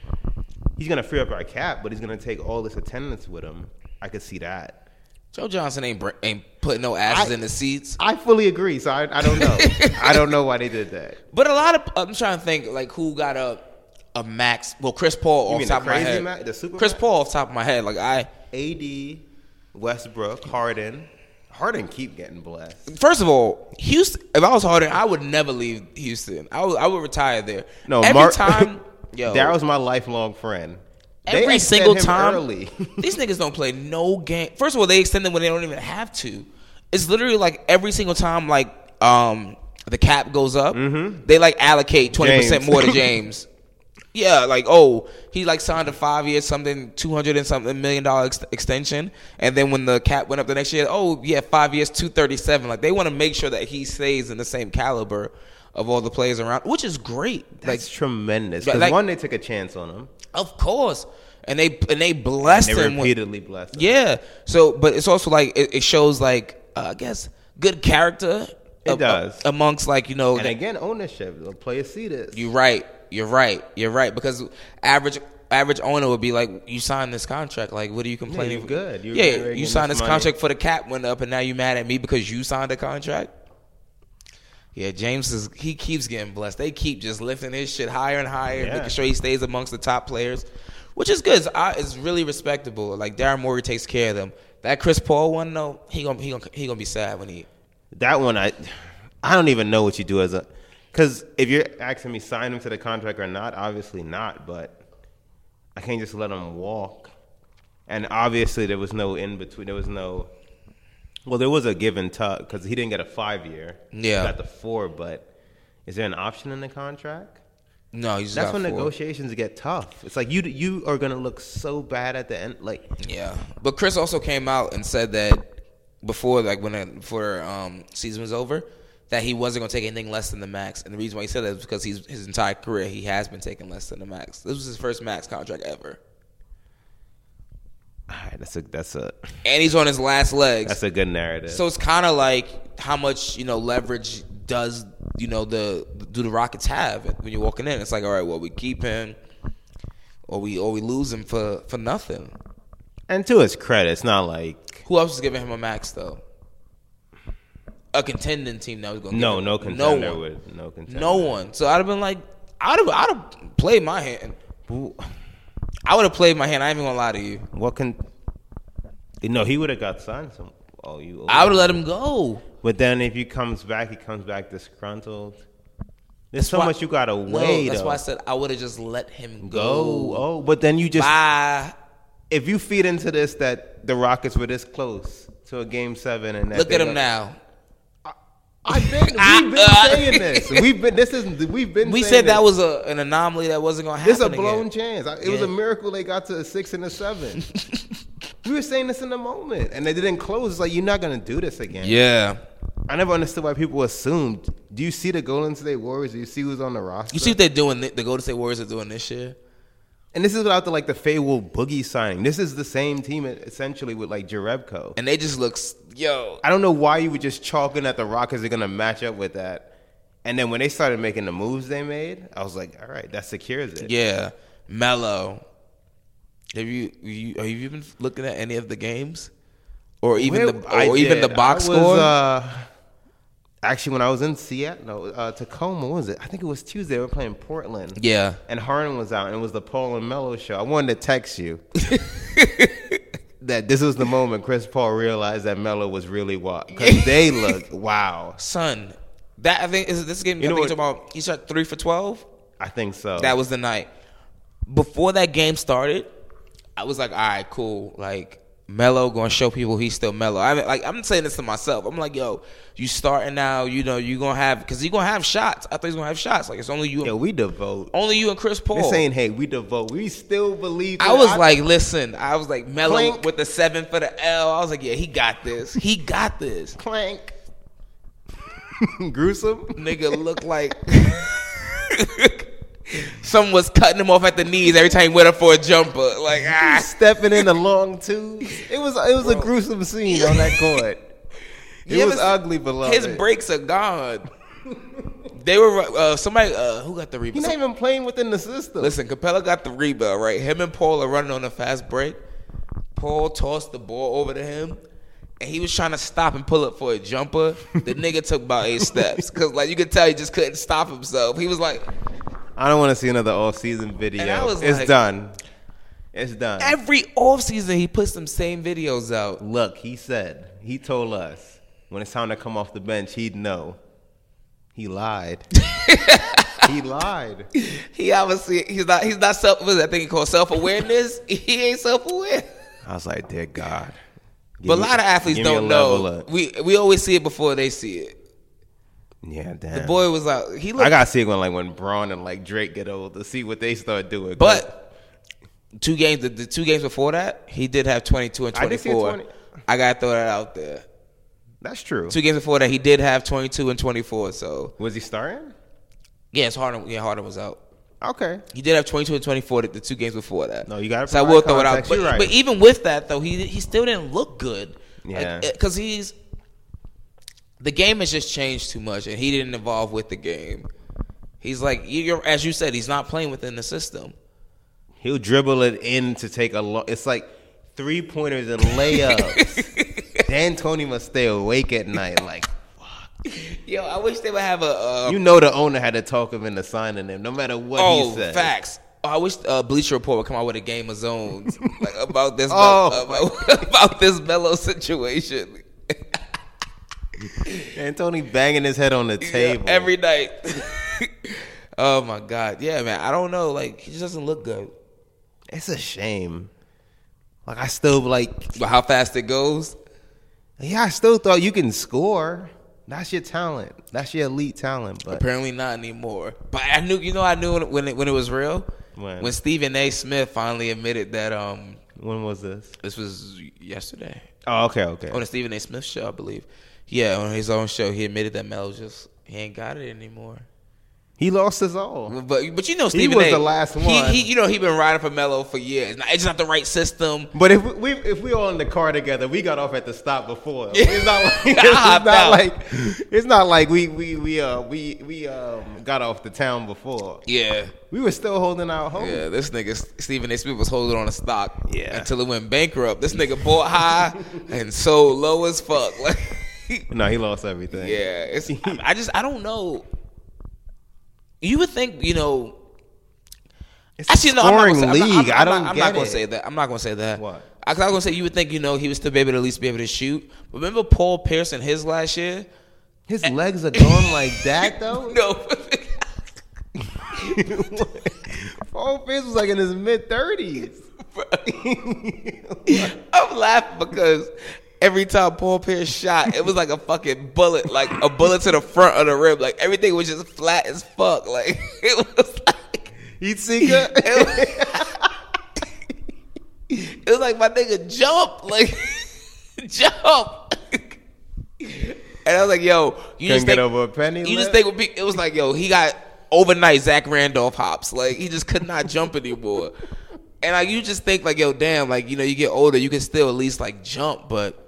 he's gonna free up our cap, but he's gonna take all this attendance with him. I could see that. Joe Johnson ain't br- ain't putting no ashes I- in the seats. I fully agree. So I, I don't know. I don't know why they did that. But a lot of I'm trying to think like who got a a max. Well, Chris Paul off mean top the of my crazy head. ma- the super Chris max? Paul off top of my head. Like I AD, Westbrook, Harden, Harden keep getting blessed. first of all, Houston. If I was Harden, I would never leave Houston. I would I would retire there. every Mark- time. Yo, Darryl's my lifelong friend. They every extend single him time. early. these niggas don't play no game. First of all, they extend them when they don't even have to. It's literally like every single time, like um, the cap goes up, they like allocate twenty percent Mm-hmm. James. more to James. yeah, like oh, he like signed a five year something two hundred and something million dollar ex- extension, and then when the cap went up the next year, oh yeah, five years two thirty seven. Like they want to make sure that he stays in the same caliber of all the players around, which is great. like That's tremendous. But Because like- one, they took a chance on him. of course. And they and they blessed They him. with- repeatedly blessed him. Yeah. So, but it's also like it, it shows like uh, I guess good character. It a- does. a- amongst like you know. And the- again, ownership. The players see this. you're right. You're right. You're right. Because average average owner would be like, you signed this contract. Like, what are you complaining? you're for? good. You're yeah, generating you signed this this money. contract for the cap went up, and now you mad at me because you signed the contract. Yeah, James is he keeps getting blessed. They keep just lifting his shit higher and higher, Yeah. making sure he stays amongst the top players, which is good. It's, I- it's really respectable. Like Darren Morey takes care of them. That Chris Paul one though, he gonna he gonna he gonna be sad when he. That one, I, I don't even know what you do as a, because if you're asking me sign him to the contract or not, obviously not. But I can't just let him walk. And obviously, there was no in between. There was no. Well, there was a give and tuck because he didn't get a five year. Yeah. he got the four. But is there an option in the contract? No, he's just That's got when four. negotiations get tough. It's like you you are gonna look so bad at the end. Like Yeah, but Chris also came out and said that before, like when the- before um, season was over, that he wasn't going to take anything less than the max. And the reason why he said that is because he's his entire career he has been taking less than the max. This was his first max contract ever, all right, ah, that's a that's a and he's on his last legs. that's a good narrative. So it's kind of like how much you know leverage does you know the do the Rockets have when you're walking in? It's like all right, well we keep him, or we or we lose him for for nothing. and to his credit, it's not like Who else was giving him a max though? A contending team that was going. to No, no contender No one. would no contender. No one. So I'd have been like, I'd have, I'd have played my hand. Who- I would have played my hand. I ain't even gonna lie to you. What can No, he would have got signed. Some, oh, you. I would have let him go. But then if he comes back, he comes back disgruntled. There's so why- much you gotta No, weigh. that's though. why I said I would have just let him go. go. Oh, but then you just Bye. if you feed into this that the Rockets were this close to a game seven and that Look they at him were- now. I've been, we've been saying this. We've been this is we've been. We saying said this. that was a, an anomaly that wasn't going to happen. This is a blown again. chance. I- It was Yeah. a miracle they got to a six and a seven. we were saying this in the moment, and they didn't close. It's like you're not gonna do this again. Yeah. I never understood why people assumed. Do you see the Golden State Warriors? Do you see who's on the roster? You see what they're doing? The Golden State Warriors are doing this year. and this is without the like the Faywood Boogie signing. This is the same team e, essentially with like Jarebko. and they just look s- yo I don't know why you were just chalking that the Rockets are gonna match up with that. And then when they started making the moves they made, I was like, all right, that secures it. yeah mellow have you, you have you been looking at any of the games or even Where- the or I even did. the box I was, score Uh, actually, when I was in Seattle, no, uh, Tacoma, what was it? I think it was Tuesday. We were playing Portland. yeah And Harden was out, and it was the Paul and Mello show. I wanted to text you that this was the moment Chris Paul realized that Mello was really wild because they look wow. son that I think is this game you know know what Uh. what- you're talking about he shot three for twelve I think so. that was the night before that game started I was like all right cool like. Mello gonna show people he's still mellow. I mean, like I'm saying this to myself. I'm like, yo, you starting now. You know, you gonna have because you gonna have shots. I thought he's gonna have shots. Like it's only you, and, yeah. We devote. only you and Chris Paul. They're saying, hey, we devote. We still believe. Oh. I in- was like, listen, I was like Melo Clink. with the seven for the L. I was like, yeah, he got this. He got this. clank. Gruesome. Nigga looked like someone was cutting him off at the knees every time he went up for a jumper. Like, ah. Stepping in the long twos. It was it was a gruesome scene on that court. It You ever was see- ugly, beloved. His breaks are gone. they were uh, somebody uh, who got the He's rebound. not even playing within the system. Listen, Capella got the rebound, right? Him and Paul are running on a fast break. Paul tossed the ball over to him, and he was trying to stop and pull up for a jumper. The nigga took about eight steps because, like, you could tell he just couldn't stop himself. He was like, I don't want to see another off-season video. And I was it's like- done. It's done. every offseason he puts them same videos out. Look, he said he told us when it's time to come off the bench, he'd know. He lied. he lied. He obviously he's not he's not self. What is that thing he called self awareness? he ain't self aware. I was like, dear God. Give But a me- lot of athletes give me a don't level know. up. We we always see it before they see it. yeah, damn. The boy was out. He looked I gotta see it when like when Braun and like Drake get old to see what they start doing. But two games, the, the two games before that, he did have 22 and I did see a 24. I, 20. gotta throw that out there. that's true. Two games before that, he did have 22 and 24. So Was he starting? yeah, it's Harden. Yeah, Harden was out. Okay. He did have 22 and 24 the, the two games before that. No, you gotta So I provide will throw it out. context. But, You're right. but even with that though, he he still didn't look good. Yeah. Because he's the game has just changed too much, and he didn't evolve with the game. He's like you're as you said, he's not playing within the system. He'll dribble it in to take a long. It's like three pointers and layups. Dan Tony must stay awake at night. Like Yo, I wish they would have a, a you know, the owner had to talk him into signing him, no matter what Oh, he said. facts. Oh, I wish uh, Bleacher Report would come out with a game of zones like about this Oh, about, about this Melo situation. Dan Tony banging his head on the table. Yeah, every night. oh my god, yeah, man. I don't know. Like he just doesn't look good. it's a shame. Like I still like, But how fast it goes. yeah, I still thought you can score. That's your talent. That's your elite talent. But Apparently not anymore. But I knew, you know, I knew when it, when it was real. When? When Stephen A. Smith finally admitted that um when was this? this was yesterday Oh, okay, okay. on the Stephen A. Smith show, I believe. Yeah, on his own show, he admitted that Mel just he ain't got it anymore. He lost his all. But but you know Stephen was A. the last one. He, he you know he been riding for Melo for years. Now, it's not the right system. But if we if we all in the car together, we got off at the stop before. It's not like it's, I not felt- like it's not like we we we uh we we um got off the town before. Yeah, We were still holding our home. yeah. This nigga Stephen A. Smith was holding on a stock Oh. Yeah. until it went bankrupt. This nigga bought high and sold low as fuck. Like No, he lost everything. yeah, it's I, I just I don't know. You would think you know. It's a Actually, no. I'm not gonna scoring say- I'm not- I'm league. not- I don't I'm not, get gonna it. say that. I'm not gonna say that. What? I, 'cause I was gonna say you would think you know he would still be able to at least be able to shoot. Remember Paul Pierce in his last year? His legs are gone like that though. No, Paul Pierce was like in his mid thirties. I'm laughing because every time Paul Pierce shot, it was like a fucking bullet, like a bullet to the front of the rim. Like everything was just flat as fuck. Like it was like Heat seeker. it was, it was like my nigga jump, like jump. And I was like, yo, you Couldn't just get think, over a penny You just lift? think would be- it was like, yo, he got overnight Zach Randolph hops. Like he just could not jump anymore. And like you just think like, yo, damn, like you know, you get older, you can still at least like jump, but.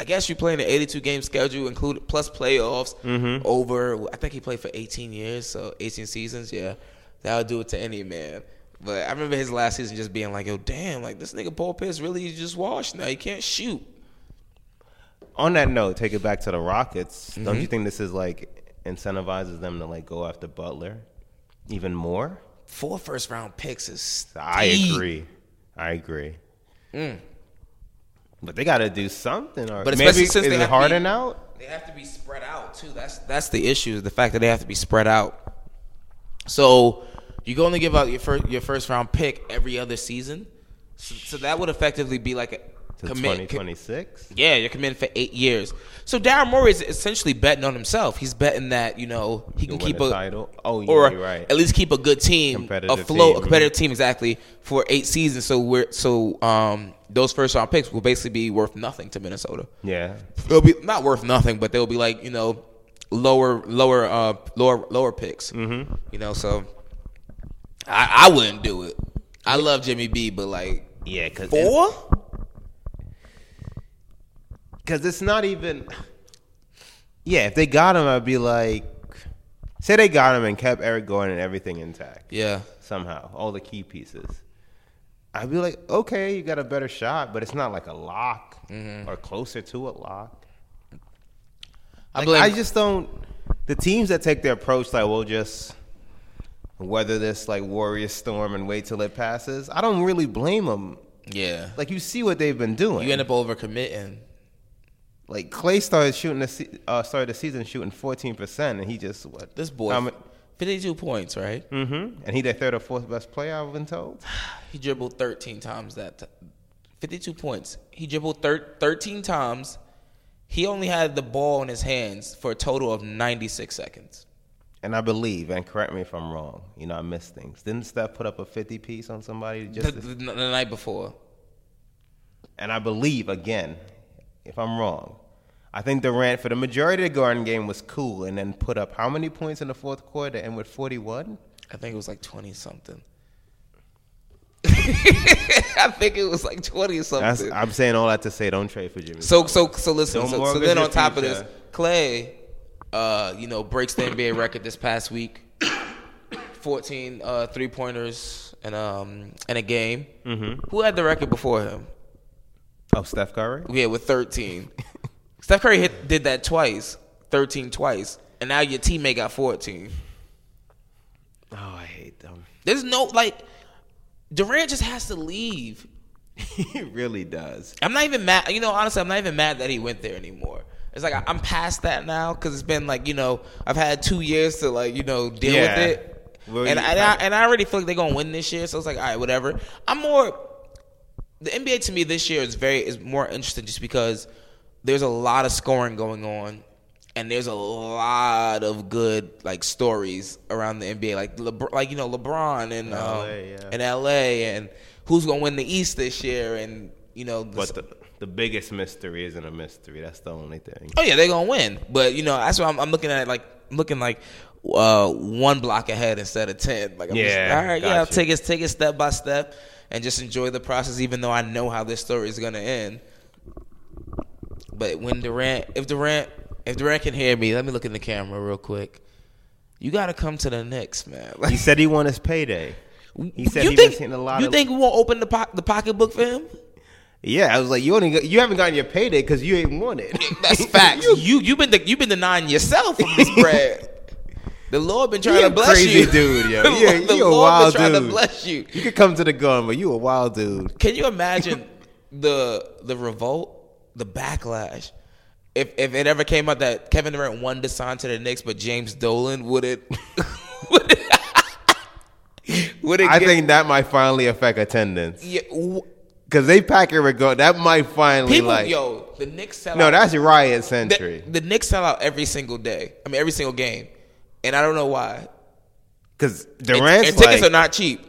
I guess you playing an 82 game schedule, included plus playoffs Mm-hmm. over. I think he played for 18 years, so 18 seasons. Yeah, that'll do it to any man. But I remember his last season just being like, "Yo, damn, like this nigga Paul Pierce really is just washed now. He can't shoot." On that note, take it back to the Rockets. Mm-hmm. Don't you think this is like incentivizes them to like go after Butler even more? Four first round picks is. I deep. agree. I agree. But they got to do something. Or Mm. But but especially maybe since is they it have Harden beat- out? They have to be spread out too. That's that's the issue. is The fact that they have to be spread out. So you can only give out your first your first round pick every other season. So, so that would effectively be like a To commit. 2026? yeah, you're committed for eight years. So Darren Moore is essentially betting on himself. He's betting that you know he can win keep a a title. Oh, yeah, or you're right. at least keep a good team Competitive afloat, a team. competitive team exactly for eight seasons. So we're so um those first round picks will basically be worth nothing to Minnesota Yeah. they'll be not worth nothing, but they'll be like you know lower lower uh lower lower picks. Mm-hmm. You know, so I I wouldn't do it. I love Jimmy B, but like Yeah, because four. it's not even. Yeah, if they got him, I'd be like. Say they got him and kept Eric Gordon and everything intact Yeah, somehow, all the key pieces. I'd be like, okay, you got a better shot, but it's not like a lock Mm-hmm. or closer to a lock. I Like, blame. I just don't. The teams that take the approach like we'll just weather this like warrior storm and wait till it passes. I don't really blame them. yeah, Like you see what they've been doing. you end up overcommitting. like Clay started shooting the se- uh, started the season shooting fourteen percent, and he just what This boy, Um, fifty-two points, right? mm-hmm. And he the third or fourth best player I've been told. He dribbled thirteen times that. T- fifty-two points. He dribbled thir- thirteen times. He only had the ball in his hands for a total of ninety-six seconds. And I believe, and correct me if I'm wrong. You know, I miss things. Didn't Steph put up a fifty piece on somebody The, just? the, the night before. and I believe again, if I'm wrong, I think Durant for the majority of the Garden game was cool, and then put up how many points in the fourth quarter and with 41. I think it was like twenty something. I think it was like twenty That's, something. I'm saying all that to say, don't trade for Jimmy. So so so listen. Don't So, so mortgage then your on top of this, future. Clay, uh, you know, breaks the NBA record this past week. 14 uh, three pointers and um in a game. Mm-hmm. Who had the record before him? oh, Steph Curry. Yeah, with 13. Steph Curry hit, did that twice, 13 twice, and now your teammate got 14. Oh, I hate them. There's no like Durant just has to leave. he really does. I'm not even mad. You know, honestly, I'm not even mad that he went there anymore. It's like I- I'm past that now because it's been like you know I've had two years to like you know deal Yeah. with it, Well, and, you- and I and I already feel like they're gonna win this year. So it's like all right, whatever. I'm more the NBA to me this year is very is more interesting just because there's a lot of scoring going on and there's a lot of good like stories around the NBA like Lebr- like you know LeBron and um, LA, yeah. and LA and who's gonna win the East this year and you know the- But the, the biggest mystery isn't a mystery. That's the only thing. Oh yeah, they're gonna win. But you know, that's why I'm, I'm looking at it like looking like uh, one block ahead instead of ten. Like I'm just, Yeah, all right, yeah, I'll gotcha. take it take it step by step and just enjoy the process, even though I know how this story is gonna end. But when Durant, if Durant, if Durant can hear me, let me look in the camera real quick. You gotta come to the Knicks, man. He Like, said he won his payday. He said you he think been seeing a lot you of. think we won't open the po- the pocketbook for him? yeah, I was like, you only got, you haven't gotten your payday because you ain't won it. That's facts. you you been de- you been denying yourself from this bread. The Lord been trying You to a bless crazy you, dude, yo. The You a- Lord- the you a Lord wild been trying to dude. bless you. you could come to the gun, but you a wild dude. Can you imagine the the revolt, the backlash. If if it ever came out that Kevin Durant won the sign to the Knicks, but James Dolan would it would it, would it I get- think that might finally affect attendance yeah, w- because they pack it regard. That might finally people like yo the Knicks sell no, out- that's riot the, century. the Knicks sell out every single day. I mean every single game, and I don't know why. Because And- Durant's and tickets like, are not cheap.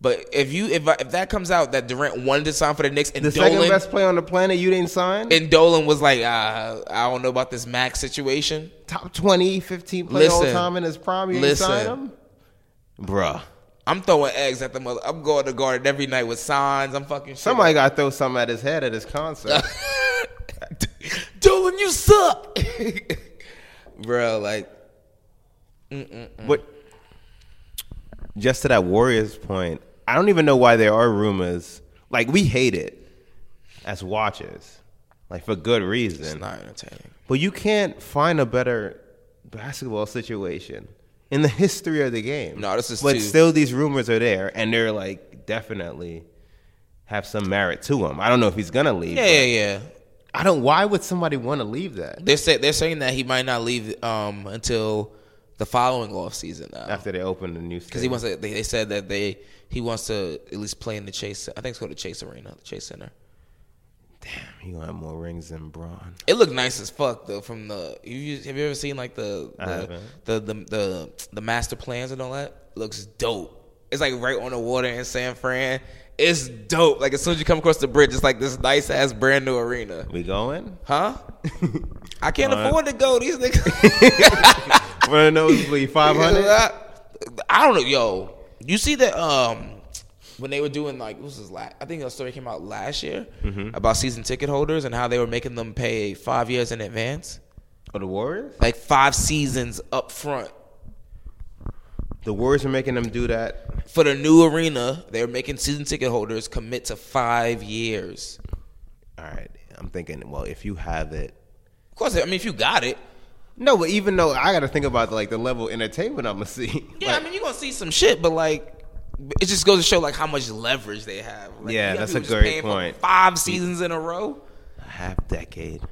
But if you if I, if that comes out that Durant wanted to sign for the Knicks and the second Dolan best player on the planet. You didn't sign and Dolan was like, uh, I don't know about this Max situation. top 20, 15 player all Listen. time in his prime. You didn't Listen. sign him, bruh. I'm throwing eggs at the mother. I'm going to garden every night with signs. I'm fucking shit. Somebody got to throw something at his head at his concert. Dolan, you suck, bro. Like Mm. But just to that Warriors point, I don't even know why there are rumors. Like we hate it as watchers, like for good it's reason. not entertaining. But you can't find a better basketball situation in the history of the game. No, this is But too- still, these rumors are there, and they're like definitely have some merit to them. I don't know if he's gonna leave. Yeah, yeah, yeah. but I don't. Why would somebody want to leave that They're say, they're saying that he might not leave um, until the following off season now. after they open the new? because he wants to. They, they said that they he wants to at least play in the Chase. I think it's called the Chase Arena, the Chase Center. He gonna have more rings than Braun. It looked nice as fuck though. From the you- you, have you ever seen like the I the haven't. the, the the the master plans and all that? Looks dope. It's like right on the water in San Fran. It's dope. Like as soon as you come across the bridge, it's like this nice ass brand new arena. We going? Huh? I can't afford to go. These niggas. For a nosebleed, five hundred. I, I don't know, yo. You see that um when they were doing like what was this last? I think a story came out last year about season ticket holders and how they were making them pay five years in advance, Oh, For the Warriors? like five seasons up front The Warriors are making them do that. for the new arena. They were making season ticket holders commit to five years. All right, I'm thinking. Well, if you have it, Of course, I mean if you got it, no. But even though I got to think about like the level of entertainment I'm gonna see. yeah. I mean you're gonna see some shit, but like. It just goes to show like how much leverage they have. Like, Yeah, you got that's a people just great paying for point. Five seasons in a row. a half decade.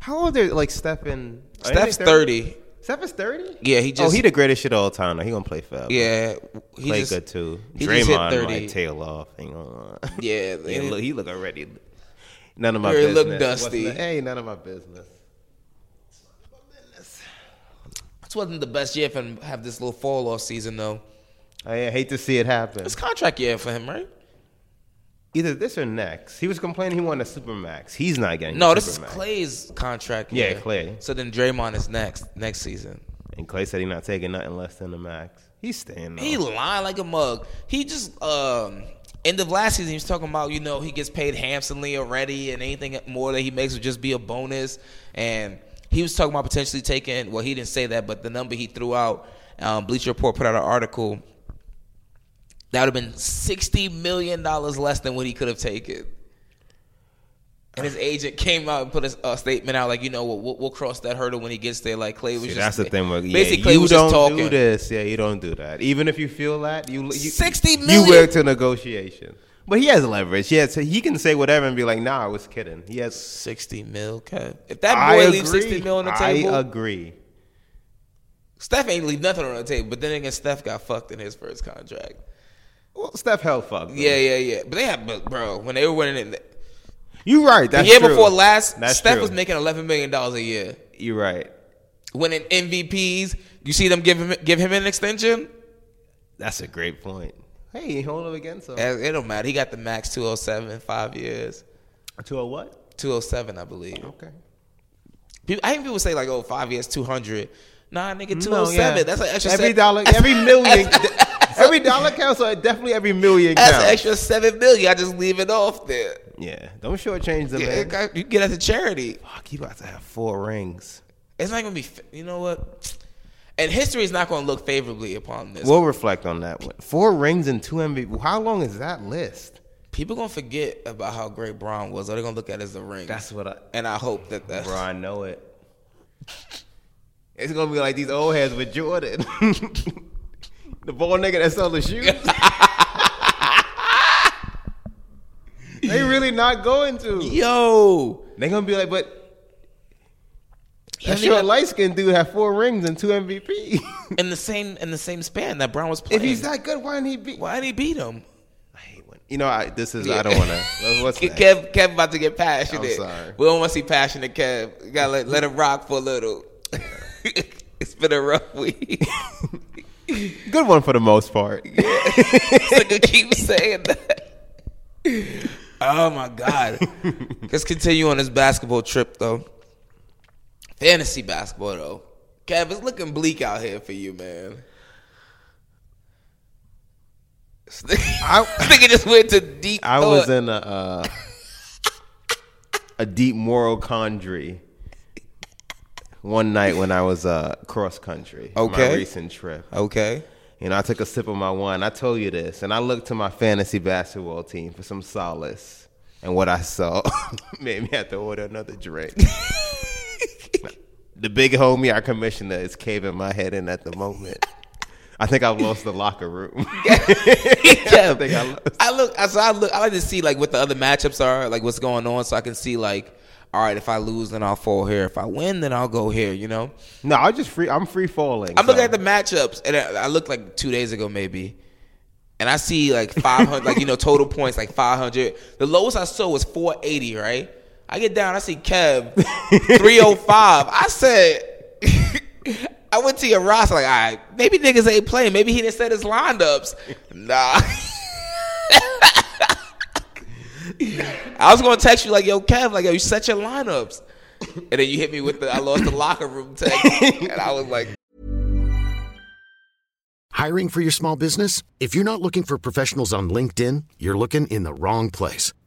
How old are like Steph and are they Steph's thirty. Steph is thirty. Yeah, he oh, just- he the greatest shit of all time. though. He gonna play forever. Yeah, he play just- good too. he just hit Draymond 30. might tail off. Ain't gonna lie. Yeah, he, it- look, he look already. None of my Already business. look What's dusty. the- Hey, none of my business. this wasn't the best year for him to have this little fall off season though. I hate to see it happen. It's contract year for him, right? Either this or next. He was complaining he wanted a supermax. He's not getting No, a this is Supermax. Clay's contract. Yeah, year. Clay. So then Draymond is next next season. And Clay said he's not taking nothing less than the max. He's staying. He though. lying like a mug. He just um end of last season he was talking about you know he gets paid handsomely already and anything more that he makes would just be a bonus and he was talking about potentially taking well he didn't say that but the number he threw out um, Bleacher Report put out an article that would have been sixty million dollars less than what he could have taken. And his agent came out and put a, a statement out like, you know, we'll, we'll cross that hurdle when he gets there. Like Clay was See, just that's the thing. With, basically yeah, Clay you was don't just talking. do this. Yeah, you don't do that. Even if you feel that, you, you 60 You million. work to negotiation. But he has leverage. Yeah, so he can say whatever and be like, "Nah, I was kidding." He has. 60 mil, Kev. If that I boy agree. leaves 60 mil on the table, I agree. Steph ain't leave nothing on the table. But then again, Steph got fucked in his first contract. Well, Steph held fuck. though. Yeah, yeah, yeah. But they had, but bro, when they were winning it, you're right. the That's year true. before last, That's Steph true. was making $11 million a year. You're right. Winning MVPs. You see them give him, give him an extension? That's a great point. Hey, he hold him against him. Eh, It don't matter. He got the max 207, five years. To a what? 207, I believe. Okay. People, I think people say like, oh, five years, 200. Nah, nigga, 207. No, yeah. That's an extra every se- dollar, every million, every dollar counts. So definitely every million That's counts. an extra seven million. I just leave it off there. Yeah, don't shortchange the Yeah, man. it got- you get it as a charity. Fuck, he about to have four rings. It's not gonna be. fa- You know what? And history is not gonna look favorably upon this. We'll reflect on that one. Four rings and two MVP. How long is that list? People gonna forget about how great Braun was, or they're gonna look at it as a ring. what I. and I hope that that's Bro, I know it. It's gonna be like these old heads with Jordan, the bald nigga that sell the shoes. they really not going to. Yo, They're gonna be like, but don't that short even- light skinned dude had four rings and two MVP. in the same in the same span that Brown was playing. if he's that good, why didn't he be? why did he beat him? I hate when you know. I, this is I don't want to. What's Ke- next? Kev, Kev about to get passionate. I'm sorry. We don't want to see passionate Kev. You gotta let, let him rock for a little. it's been a rough week. good one for the most part. so I could keep saying that. Oh my god. Let's continue on this basketball trip though. Fantasy basketball though. Kev, it's looking bleak out here for you, man. I think it just went to deep. I was thought. in a uh, a deep moral quandary one night when I was uh, cross country. on Okay. my recent trip. okay. You know, I took a sip of my wine. I told you this, and I looked to my fantasy basketball team for some solace. And what I saw made me have to order another drink. the big homie, our commissioner, is caving my head in at the moment. I think I've lost the locker room. Kev, think I lost. I look. I, so I look. I like to see like what the other matchups are, like what's going on, so I can see like, all right, if I lose, then I'll fall here. If I win, then I'll go here. You know. no, I just free. I'm free falling. I'm looking so- at the matchups, and I, I looked like two days ago maybe, and I see like 500, like you know, total points like 500. The lowest I saw was 480, right? I get down, I see Kev 305. I said, I went to your roster like, all right, maybe niggas ain't playing. Maybe he didn't set his lineups. Nah. I was gonna text you like, yo, Kev, like, yo, you set your lineups. And then you hit me with the I lost the locker room text. And I was like, Hiring for your small business? If you're not looking for professionals on LinkedIn, you're looking in the wrong place.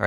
All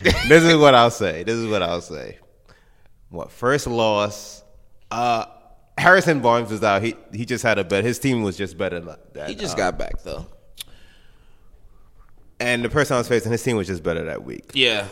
this is what I'll say. This is what I'll say. What first loss? Uh, Harrison Barnes was out. He he just had a bet. His team was just better. than That. He just um, got back though. And the person I was facing, his team was just better that week. Yeah.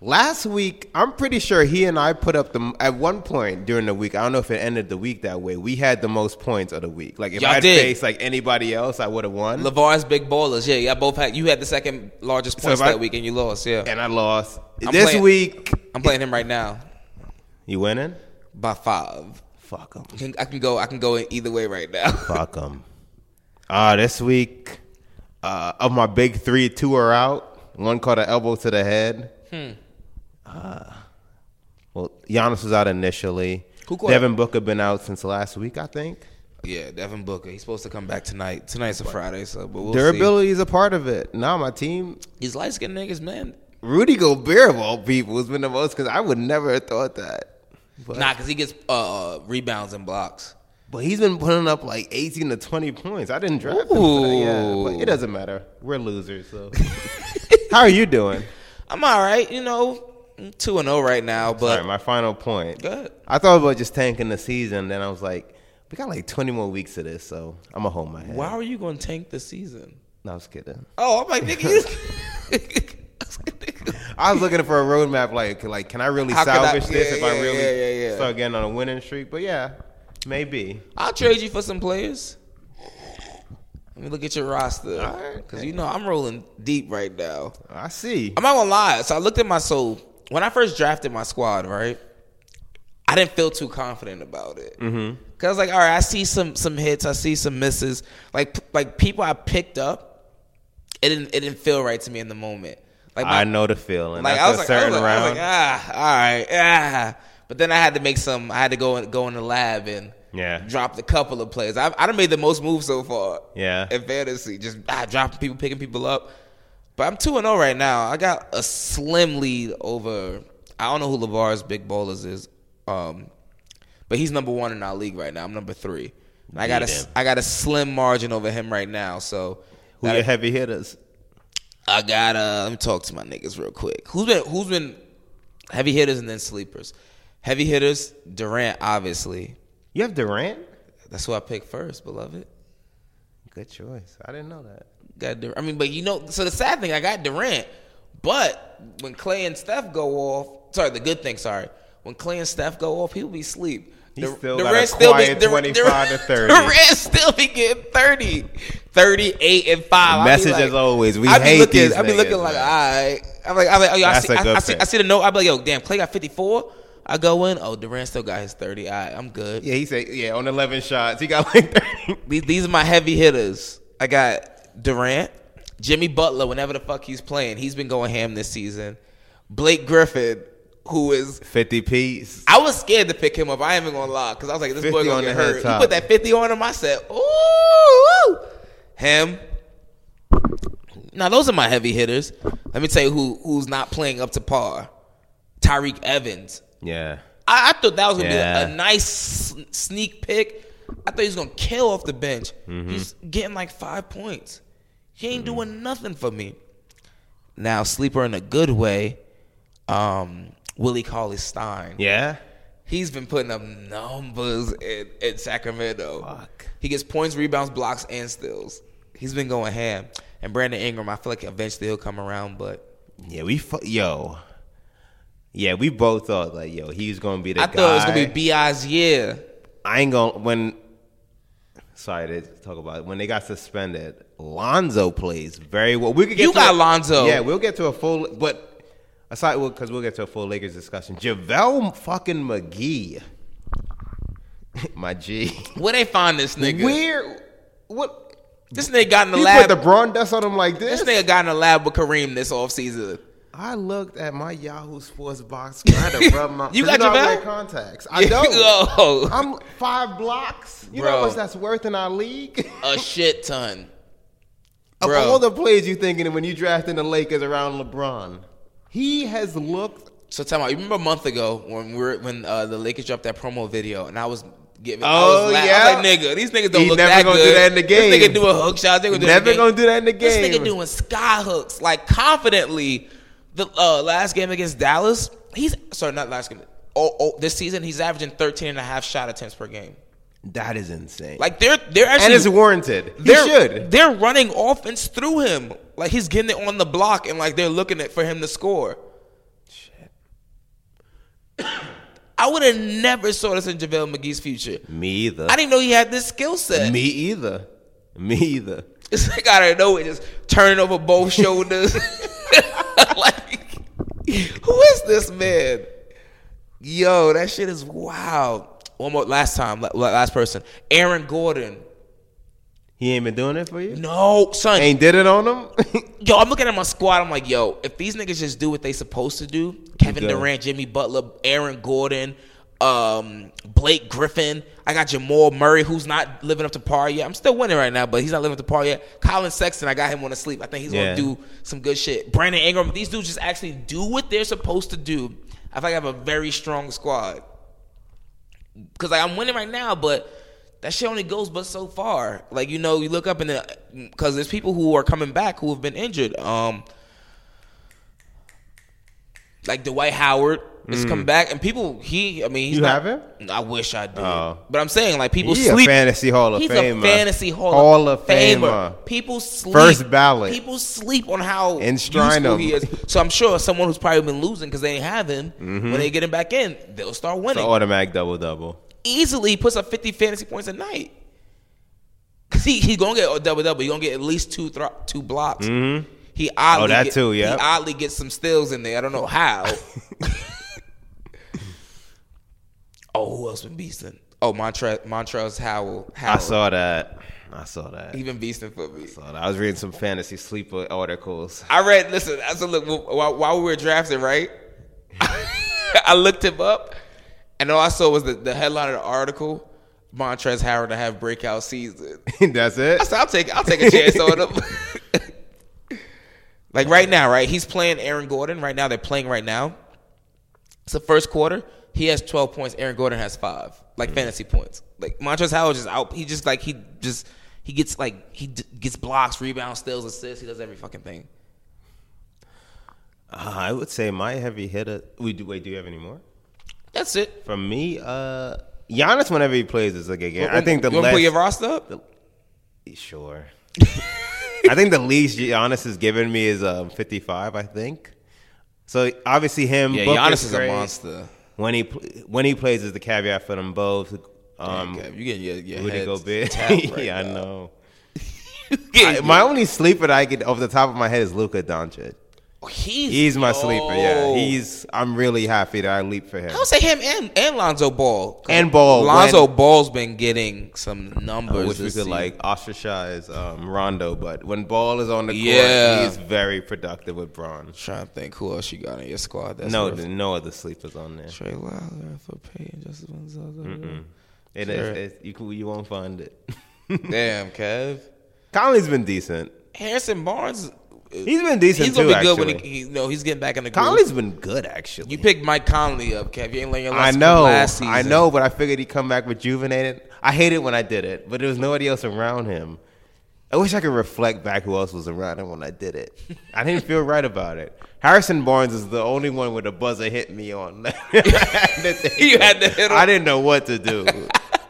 Last week, I'm pretty sure he and I put up the at one point during the week. I don't know if it ended the week that way. We had the most points of the week. Like if Y'all I had did. faced like anybody else, I would have won. LeVar's big ballers. Yeah, yeah, both had you had the second largest So points if I- that week and you lost, yeah. and I lost. I'm this playing- week, I'm playing him right now you winning? by five. Fuck him. I can, I can go I can go in either way right now. Fuck them. Uh, this week, uh, of my big three, two are out. One caught an elbow to the head. Hmm. Uh, well, Giannis was out initially. Who caught- Devin Booker been out since last week, I think. yeah, Devin Booker. He's supposed to come back tonight. Tonight's a Friday, so but we'll Durability is a part of it. Now my team, see. These light skinned niggas, man. Rudy Gobert of all people has been the most because I would never have thought that. But, Nah, because he gets uh, rebounds and blocks. but he's been putting up like 18 to 20 points. I didn't draft him. For that. Yeah, but it doesn't matter. We're losers. So, how are you doing? I'm all right, you know, two and zero right now, but Sorry, my final point. Go ahead. I thought about just tanking the season, then I was like, we got like 20 more weeks of this, so I'm gonna hold my head. why are you going to tank the season? No, I was kidding. Oh, I'm like, nigga, you- I was looking for a roadmap, like, like can I really How could I- salvage this yeah, if I yeah, really yeah, yeah, yeah. start getting on a winning streak? But yeah, maybe. I'll trade you for some players. Let me look at your roster, Alright. because you know I'm rolling deep right now. I see. I'm not gonna lie. So I looked at my so when I first drafted my squad, right? I didn't feel too confident about it because I was like, all right, I see some some hits, I see some misses, like like people I picked up. It didn't it didn't feel right to me in the moment. Like my- I know the feeling. like After I was a like, I certain was like, I was round. like, ah, all right, ah. But then I had to make some. I had to go in, go in the lab and Yeah. drop a couple of plays. I've I done made the most moves so far. Yeah. in fantasy, just ah, dropping people, picking people up. But I'm two and zero right now. I got a slim lead over. I don't know who Lavar's big bowlers is, um, but he's number one in our league right now. I'm number three. And I got a Beat s- him. I got a slim margin over him right now. So Who your heavy hitters? I got uh let me talk to my niggas real quick. Who's been who's been heavy hitters and then sleepers? Heavy hitters, Durant, obviously. You have Durant. That's who I picked first, beloved. Good choice. I didn't know that. Got Durant. I mean, but you know, so the sad thing, I got Durant, but when Clay and Steph go off, sorry, the good thing, sorry, when Clay and Steph go off, he'll be sleep. He's Dur- still got a quiet Dur- 25 to 30. Durant still be getting 30, 38 and five. The I be message as always, we I be hate looking, these I be looking niggas, like, man. all right. I'm like, I'm like, oh, yeah, I, That's see, a I, good I see, pick. I see the note. I'm like, yo, damn, Clay got 54. I go in. Oh, Durant still got his 30. All right, I'm good. Yeah, he said. Yeah, on eleven shots, he got like thirty. These, these are my heavy hitters. I got Durant, Jimmy Butler, whenever the fuck he's playing. He's been going ham this season. Blake Griffin, who is. Fifty piece. I was scared to pick him up. I ain't even gonna lie, because I was like, this boy 50 gonna on get the head hurt. He top. put that 50 on him. I said, ooh. Him. Now, those are my heavy hitters. Let me tell you who who's not playing up to par Tyreek Evans. Yeah. I, I thought that was gonna Yeah. be a, a nice sn- sneak pick. I thought he was gonna kill off the bench. Mm-hmm. He's getting like five points. He ain't doing nothing for me. Now sleeper in a good way. Um, Willie Cauley Stein. Yeah. He's been putting up numbers in, in Sacramento. He gets points, rebounds, blocks, and steals. He's been going ham. And Brandon Ingram, I feel like eventually he'll come around, but Yeah. We fu- yo. Yeah, we both thought like yo, he's gonna be the I guy. thought it was gonna be Bi's year. I ain't gonna when. Sorry to talk about it. when they got suspended. Lonzo plays very well. We could get You to got a- Lonzo. Yeah, we'll get to a full. But aside, because we'll get to a full Lakers discussion. Javale fucking McGee, my G. Where they find this nigga? Where? What? This nigga got in the He lab. put the brawn dust on him like this. This nigga got in the lab with Kareem this offseason. I looked at my Yahoo Sports box. I had to rub my. You 'cause got know I Javale? wear contacts. I don't. Yo. I'm five blocks. You know Bro. how much that's worth in our league? A shit ton. Of Bro. all the players you thinking of when you drafting the Lakers around LeBron, he has looked. So tell me, you remember a month ago when we were when uh, the Lakers dropped that promo video and I was giving I Oh, was, la- yeah? I was like, nigga, these niggas don't He look never that gonna do good. that in the game. This nigga doing hook shots. They gonna do that in Never the game. gonna do that in the This game. nigga doing sky hooks like confidently. The uh, last game against Dallas, he's sorry, not last game. Oh, oh, this season he's averaging 13 and a half shot attempts per game. That is insane. Like they're they're actually and it's warranted. He they're, should. They're running offense through him. Like he's getting it on the block, and like they're looking at for him to score. I would have never saw this in JaVale McGee's future. Me either. I didn't know he had this skill set. Me either. Me either. It's like out of nowhere, just turning over both shoulders. like, who is this man? Yo, that shit is wild. One more, last time, la- la- last person, Aaron Gordon. He ain't been doing it for you. No, son, Ain't did it on him. Yo, I'm looking at my squad. I'm like, yo, if these niggas just do what they supposed to do, Kevin good. Durant, Jimmy Butler, Aaron Gordon, um, Blake Griffin. I got Jamal Murray, who's not living up to par yet. I'm still winning right now, but he's not living up to par yet. Colin Sexton, I got him on a sleep. I think he's Yeah. gonna do some good shit. Brandon Ingram. These dudes just actually do what they're supposed to do. I feel like I have a very strong squad because like I'm winning right now, but that shit only goes but so far. Like you know, you look up and then because there's people who are coming back who have been injured. Um, like Dwight Howard has come back, and people he I mean he's Mm. You not- have him? I wish I did, Oh. but I'm saying like people He a sleep. fantasy Hall of he's Famer. a fantasy hall, Hall of Famer. People sleep. First ballot. People sleep on how And Strynham. useful he is. So I'm sure someone who's probably been losing because they ain't have him. Mm-hmm. When they get him back in, they'll start It's an winning automatic double double. easily puts up 50 fantasy points a night. Cause he he's gonna get a double double. He's gonna get at least two thro- two blocks. He oddly Oh, that get- too, yep. He oddly gets some steals in there. I don't know how. oh, who else been beasting? Oh, Montre- Montrezl Howell. Howell. I saw that. I saw that. Oh. He been beasting for me. I saw that. I was reading some fantasy sleeper articles. I read. Listen, I said, look, while, while we were drafting, right? I looked him up, and all I saw was the, the headline of the article: Montrez Howard to have breakout season. That's it. I said, I'll take, I'll take a chance on him. like right now, right? He's playing Aaron Gordon right now. They're playing right now. It's the first quarter. He has twelve points. Aaron Gordon has five, like fantasy points. Like Montrezl Howard just out. He just like he just he gets like he d- gets blocks, rebounds, steals, assists. He does every fucking thing. Uh, I would say my heavy hitter. We do. Wait, do you have any more? That's it. From me, uh, Giannis. Whenever he plays, is like a game. I You think the wanna less. put your roster up. sure. I think the least Giannis has given me is um, 55. I think. So obviously him. yeah, Booker's Giannis is a great. monster. When he pl- when he plays is the caveat for them both. Um, Okay, you getting your, your Rudy head Gobert. tapped right yeah, I now. know. Yeah, My only sleeper that I get off the top of my head is Luka Doncic. he's, He's my sleeper. Yeah, Yo. he's. I'm really happy that I leap for him. I would say him and, and Lonzo Ball And Ball, Lonzo when- Ball's been getting some numbers. I wish we this could season. like ostracize um, Rondo, but when Ball is on the court, Yeah. he's very productive with Braun. trying to think who else you got in your squad. That's no, worth- th- no other sleepers on there. Trey Lowder for Payton, Justin Gonzalez. It is- it's- you, can- you won't find it. Damn, Kev. Conley's been decent. Harrison Barnes. He's been decent He's gonna too. be good actually. when he, he no. He's getting back in the groove. Conley's been good actually. You picked Mike Conley up, Kev. You ain't letting your I last know, Last season. I know, but I figured he'd come back rejuvenated. I hate it when I did it, but there was nobody else around him. I wish I could reflect back who else was around him when I did it. I didn't feel right about it. Harrison Barnes is the only one where the buzzer hit me on. I had to You had to hit him. I didn't know what to do.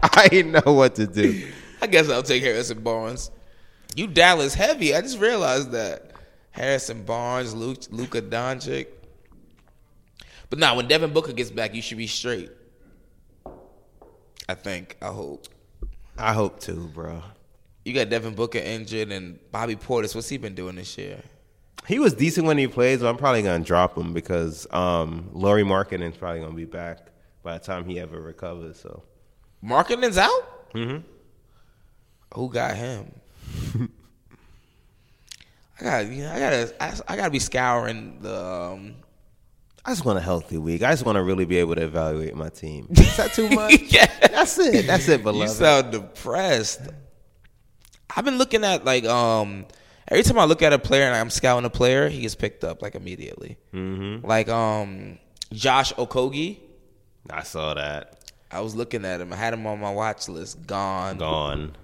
I didn't know what to do. I guess I'll take Harrison Barnes. You Dallas heavy. I just realized that. Harrison Barnes, Luke, Luka Doncic. But now, nah, when Devin Booker gets back, you should be straight. I think. I hope. I hope to, bro. You got Devin Booker injured and Bobby Portis. What's he been doing this year? He was decent when he plays, but I'm probably gonna drop him because um, Laurie Markkinen's probably gonna be back by the time he ever recovers. So. Markkinen's out. Mm-hmm. Who got him? I got. You know, I gotta. I, I gotta be scouring the. Um, I just want a healthy week. I just want to really be able to evaluate my team. Is that too much? yeah. That's it. That's it, You beloved. sound depressed. I've been looking at like um every time I look at a player and I'm scouting a player, he gets picked up like immediately. Mm-hmm. Like um Josh Okogie, I saw that. I was looking at him. I had him on my watch list. Gone. Gone.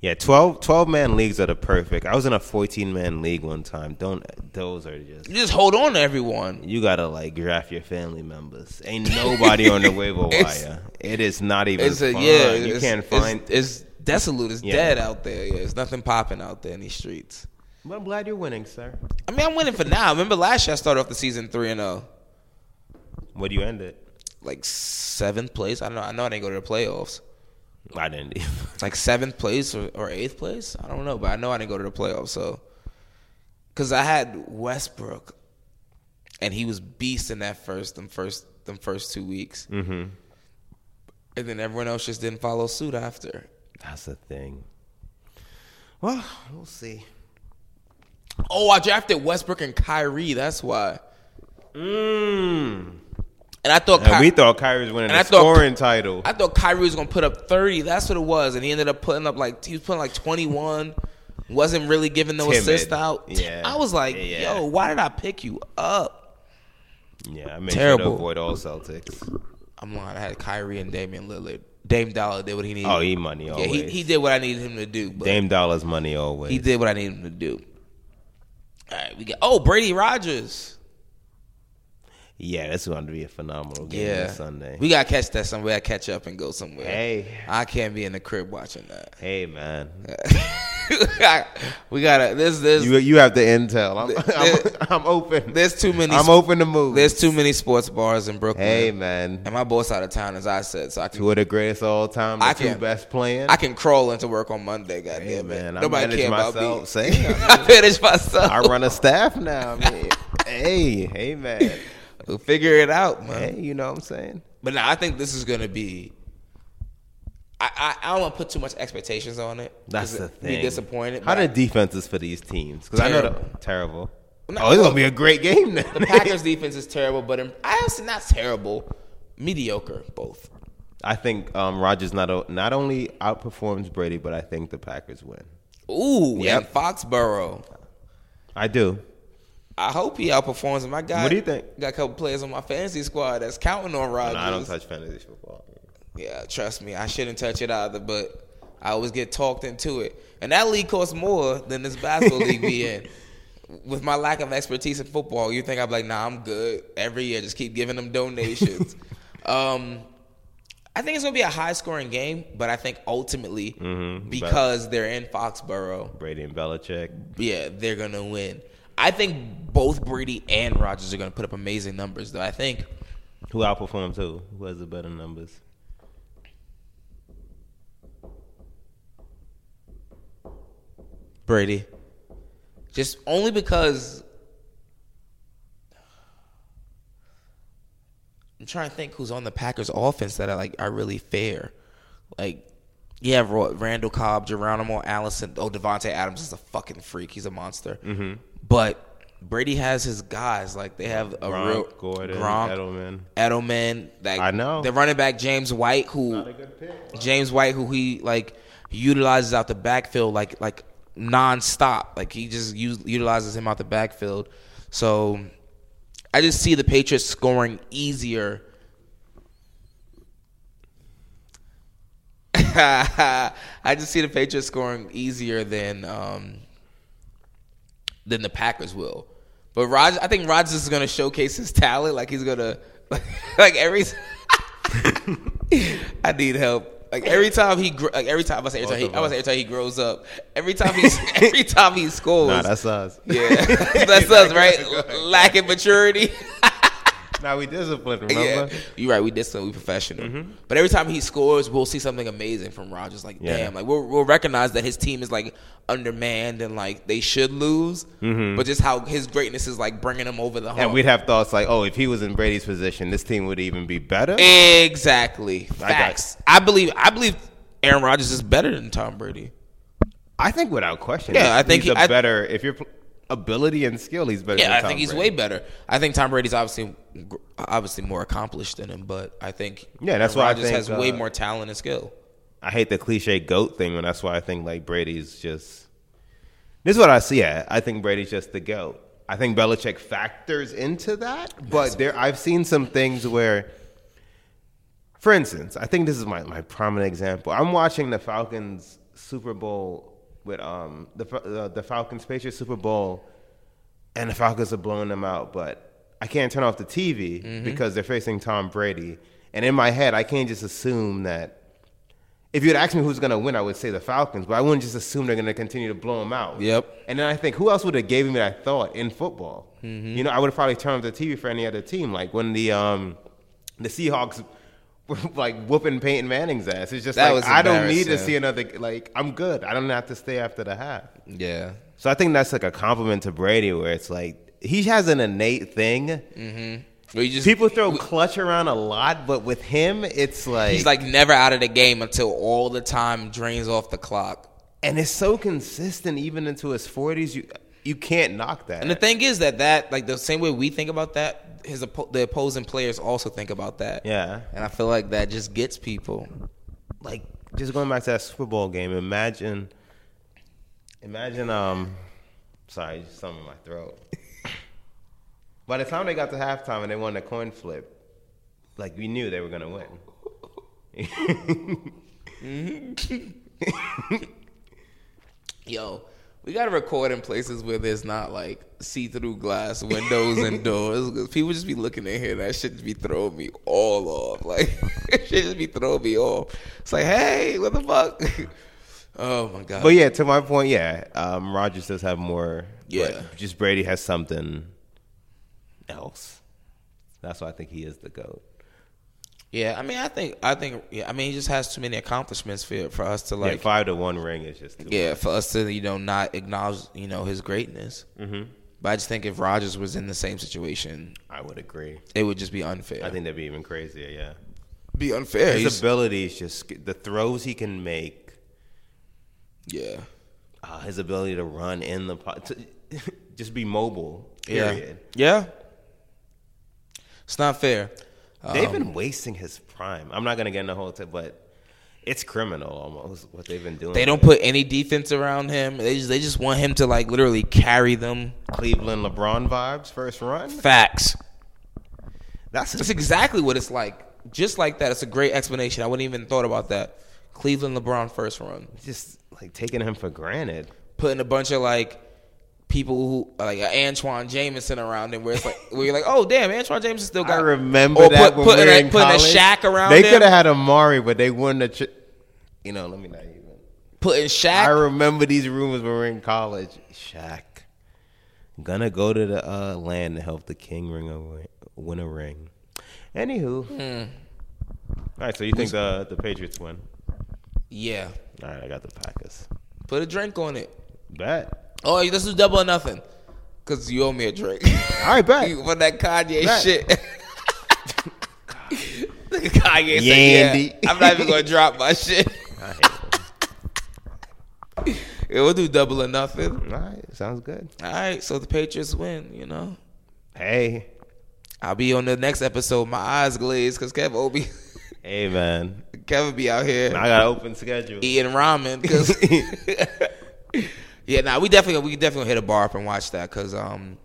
Yeah, 12, 12 man leagues are the perfect. I was in a 14 man league one time. Don't those are just You just hold on to everyone. you got to like draft your family members. Ain't nobody on the waiver It's- wire. It is not even It's a fun. yeah. you it's- can't it's- find It's, desolate. It's Yeah. dead out there. Yeah, it's nothing popping out there in these streets. But I'm glad you're winning, sir. I mean, I'm winning for now. Remember last year I started off the season three and zero. What do you end it? Like seventh place. I don't know. I know I didn't go to the playoffs. I didn't. like seventh place or, or eighth place. I don't know, but I know I didn't go to the playoffs. So, because I had Westbrook, and he was beast in that first, them first, them first two weeks, mm-hmm. and then everyone else just didn't follow suit after. That's the thing. Well, we'll see. Oh, I drafted Westbrook and Kyrie. That's why. Mm. And I thought And Ky- we thought Kyrie was winning and I the thought- scoring title. I thought Kyrie was gonna put up thirty. That's what it was, and he ended up putting up like he was putting like twenty one. Wasn't really giving no Timid. assist out. Yeah. I was like, Yeah. yo, why did I pick you up? yeah, I made Terrible. sure to avoid all Celtics. I'm lying. I had Kyrie and Damian Lillard. Dame Dollar did what he needed. Oh, he money yeah, always. he, he did what I needed him to do. But Dame Dollar's money always. He did what I needed him to do. All right, we got oh Brady Rogers. Yeah, that's going to be a phenomenal game Yeah, this Sunday. We gotta catch that somewhere. I catch up and go somewhere. Hey. I can't be in the crib watching that. hey man, we gotta. This this you you have the intel. I'm There- I'm, I'm open. there's too many. I'm open to move. There's too many sports bars in Brooklyn. Hey man, and my boss out of town, as I said, so I can two of the greatest all time. I The two can- best playing. I can crawl into work on Monday. Goddamn Hey it. man, I nobody manage care about me. myself. Say, I, I manage myself. I run a staff now. I mean, hey, hey man, We'll figure it out, man. hey, you know what I'm saying? But now I think this is gonna be. I I, I don't want to put too much expectations on it. That's 'cause the it- thing. Be disappointed. How but the defenses for these teams? Because I know Terrible. the, terrible. No, oh, it's gonna be a great game then. the Packers defense is terrible, but in- I honestly not terrible, mediocre both. I think um, Rogers not o- not only outperforms Brady, but I think the Packers win. Ooh, and Yep. Foxborough. I do. I hope he outperforms him. I got What do you think? Got a couple players on my fantasy squad that's counting on Rodgers. No, I don't touch fantasy football. Yeah, trust me, I shouldn't touch it either, but I always get talked into it. And that league costs more than this basketball league be in. With my lack of expertise in football, you think I'm like, nah, I'm good. Every year, just keep giving them donations. um, I think it's gonna be a high scoring game, but I think ultimately, because they're in Foxborough, Brady and Belichick. yeah, they're gonna win. I think both Brady and Rogers are gonna put up amazing numbers, though. I think Who outperforms who? Who has the better numbers? Brady. Just only because I'm trying to think who's on the Packers offense that are like are really fair. Like you have Ro- Randall Cobb, Geronimo Allison. Oh, Devontae Adams is a fucking freak. He's a monster. Mm-hmm. But Brady has his guys. Like they have a Gronk, real Gordon, Gronk, Edelman. Edelman. Like I know. the running back James White, who James White, who he like utilizes out the backfield like like nonstop. Like he just use, utilizes him out the backfield. So I just see the Patriots scoring easier. I just see the Patriots scoring easier than um, than the Packers will. But Rod, I think Rodgers is going to showcase his talent. Like he's going to like, every. I need help. Like every time he, gr- like every time I say every time he, I was every time he grows up. Every time he, every time he scores. Nah, that's us. yeah, that's us, right? Lacking maturity. Now we disciplined, Yeah, remember? Mm-hmm. you're right. We distant, we professional. But every time he scores, we'll see something amazing from Rogers. Like, Yeah. damn, like we'll, we'll recognize that his team is like undermanned and like they should lose, but just how his greatness is like bringing him over the hump. Mm-hmm. And we'd have thoughts like, oh, if he was in Brady's position, this team would even be better. exactly got it. facts. I, believe. I believe Aaron Rodgers is better than Tom Brady. I think without question. Yeah, he's- I think he's he- a I- better. If your pl- ability and skill, he's better. Yeah, than I Tom think he's Brady. way better. I think Tom Brady's obviously obviously more accomplished than him, but I think Yeah, that's Aaron why I Rodgers think, has way uh, more talent and skill. I hate the cliche goat thing, and that's why I think like Brady's just. This is what I see. Yeah, I think Brady's just the goat. I think Belichick factors into that, but there I've seen some things where, for instance, I think this is my, my prominent example. I'm watching the Falcons Super Bowl with um the Fa- uh, the Falcons Patriots Super Bowl, and the Falcons are blowing them out, but I can't turn off the TV Mm-hmm. because they're facing Tom Brady, and in my head I can't just assume that if you had asked me who's going to win, I would say the Falcons, but I wouldn't just assume they're going to continue to blow them out. Yep. And then I think, who else would have gave me that thought in football? Mm-hmm. You know, I would have probably turned off the TV for any other team. Like when the um, the Seahawks were like whooping Peyton Manning's ass. It's just That like, was I don't need to embarrassing. see another, like, I'm good. I don't have to stay after the half. Yeah, So I think that's like a compliment to Brady where it's like, he has an innate thing. Mm. Where you just- People throw clutch around a lot, but with him, it's like. He's like never out of the game until all the time drains off the clock. and it's so consistent even into his 40s you you can't knock that And the thing is that that like the same way we think about that, his oppo- the opposing players also think about that. Yeah. and I feel like that just gets people. Like Just going back to that Super Bowl game. Imagine, imagine. Um, sorry, just something in my throat. By the time they got to halftime and they won the coin flip, like we knew they were gonna win. Yo, we gotta record in places where there's not like see-through glass windows and doors because people just be looking in here. That shit just be throwing me all off. Like shit just be throwing me off. It's like, hey, what the fuck? oh my god. But yeah, to my point, yeah, um, Rogers does have more. but Yeah. just Brady has something else. That's why I think he is the goat. yeah, I mean, I think, I think, yeah, I mean, he just has too many accomplishments for for us to Like like, five to one ring is just too yeah, for us to you know not acknowledge you know his greatness. Mm-hmm. But I just think if Rogers was in the same situation, I would agree. it would just be unfair. I think that'd be even crazier. Yeah, be unfair. his He's- ability is just the throws he can make. yeah, uh, his ability to run in the po- to just be mobile. Period. yeah, yeah. It's not fair. Uh, Um, They've been wasting his prime. I'm not gonna get in the whole thing, but it's criminal almost what they've been doing. They don't put any defense around him. They just they just want him to like literally carry them. Cleveland LeBron vibes first run. Facts. That's That's exactly what it's like. Just like that. It's a great explanation. I wouldn't even thought about that. Cleveland LeBron first run. just like taking him for granted. putting a bunch of like people who like uh, Antoine Jameson around him, where it's like where you're like, oh damn, Antoine Jameson still I got. remember or that put- when putting we were a, in putting college. a Shaq around. They him, could have had Amari, but they wouldn't have. Ch- you know, let me not even. putting I Shaq. remember these rumors when we were in college. Shaq gonna go to the uh, land to help the king ring a ring, win a ring. Anywho, Hmm. all right. So you think uh, the the Patriots win? yeah, All right, I got the Packers. put a drink on it. Bet. Oh, this is double or nothing. Cause you owe me a drink All right, bet. You- for that Kanye Right. shit. Nigga Kanye Yandy. said, yeah, I'm not even gonna drop my shit. I hate them. Yeah, we'll do double or nothing. all right, sounds good. All right, so the Patriots win. You know, Hey, I'll be on the next episode. My eyes glazed because Kev Obi. hey, man. Kevin be out here I got an open schedule. eating ramen. 'cause- yeah, nah, we definitely we definitely hit a bar up and watch that because um,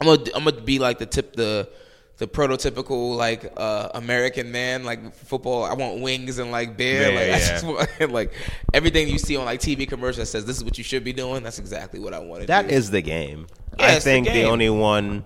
I'm gonna I'm gonna be like the tip the the prototypical like uh American man like football. I want wings and like beer. Yeah, like I yeah. just want, like everything you see on like TV commercials that says this is what you should be doing. That's exactly what I wanted. That is the game. Yeah, I it's the think the, game. only one,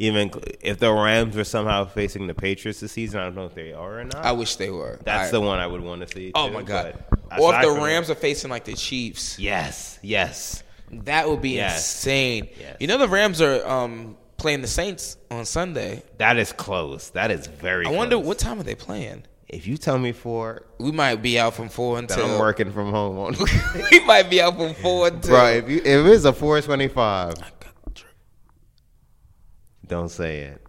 even if the Rams were somehow facing the Patriots this season, I don't know if they are or not. I wish they were. That's I- the one I would want to see. Oh too, my god! but Or if aside the from Rams that- are facing like the Chiefs. yes, yes. That would be Yes. insane. Yes. You know the Rams are um, playing the Saints on Sunday. That is close. That is very. I wonder close. what time are they playing? if you tell me four We might be out from four that until I'm working from home on. we might be out from four until. Bro, if you if it's a four twenty five, don't say it.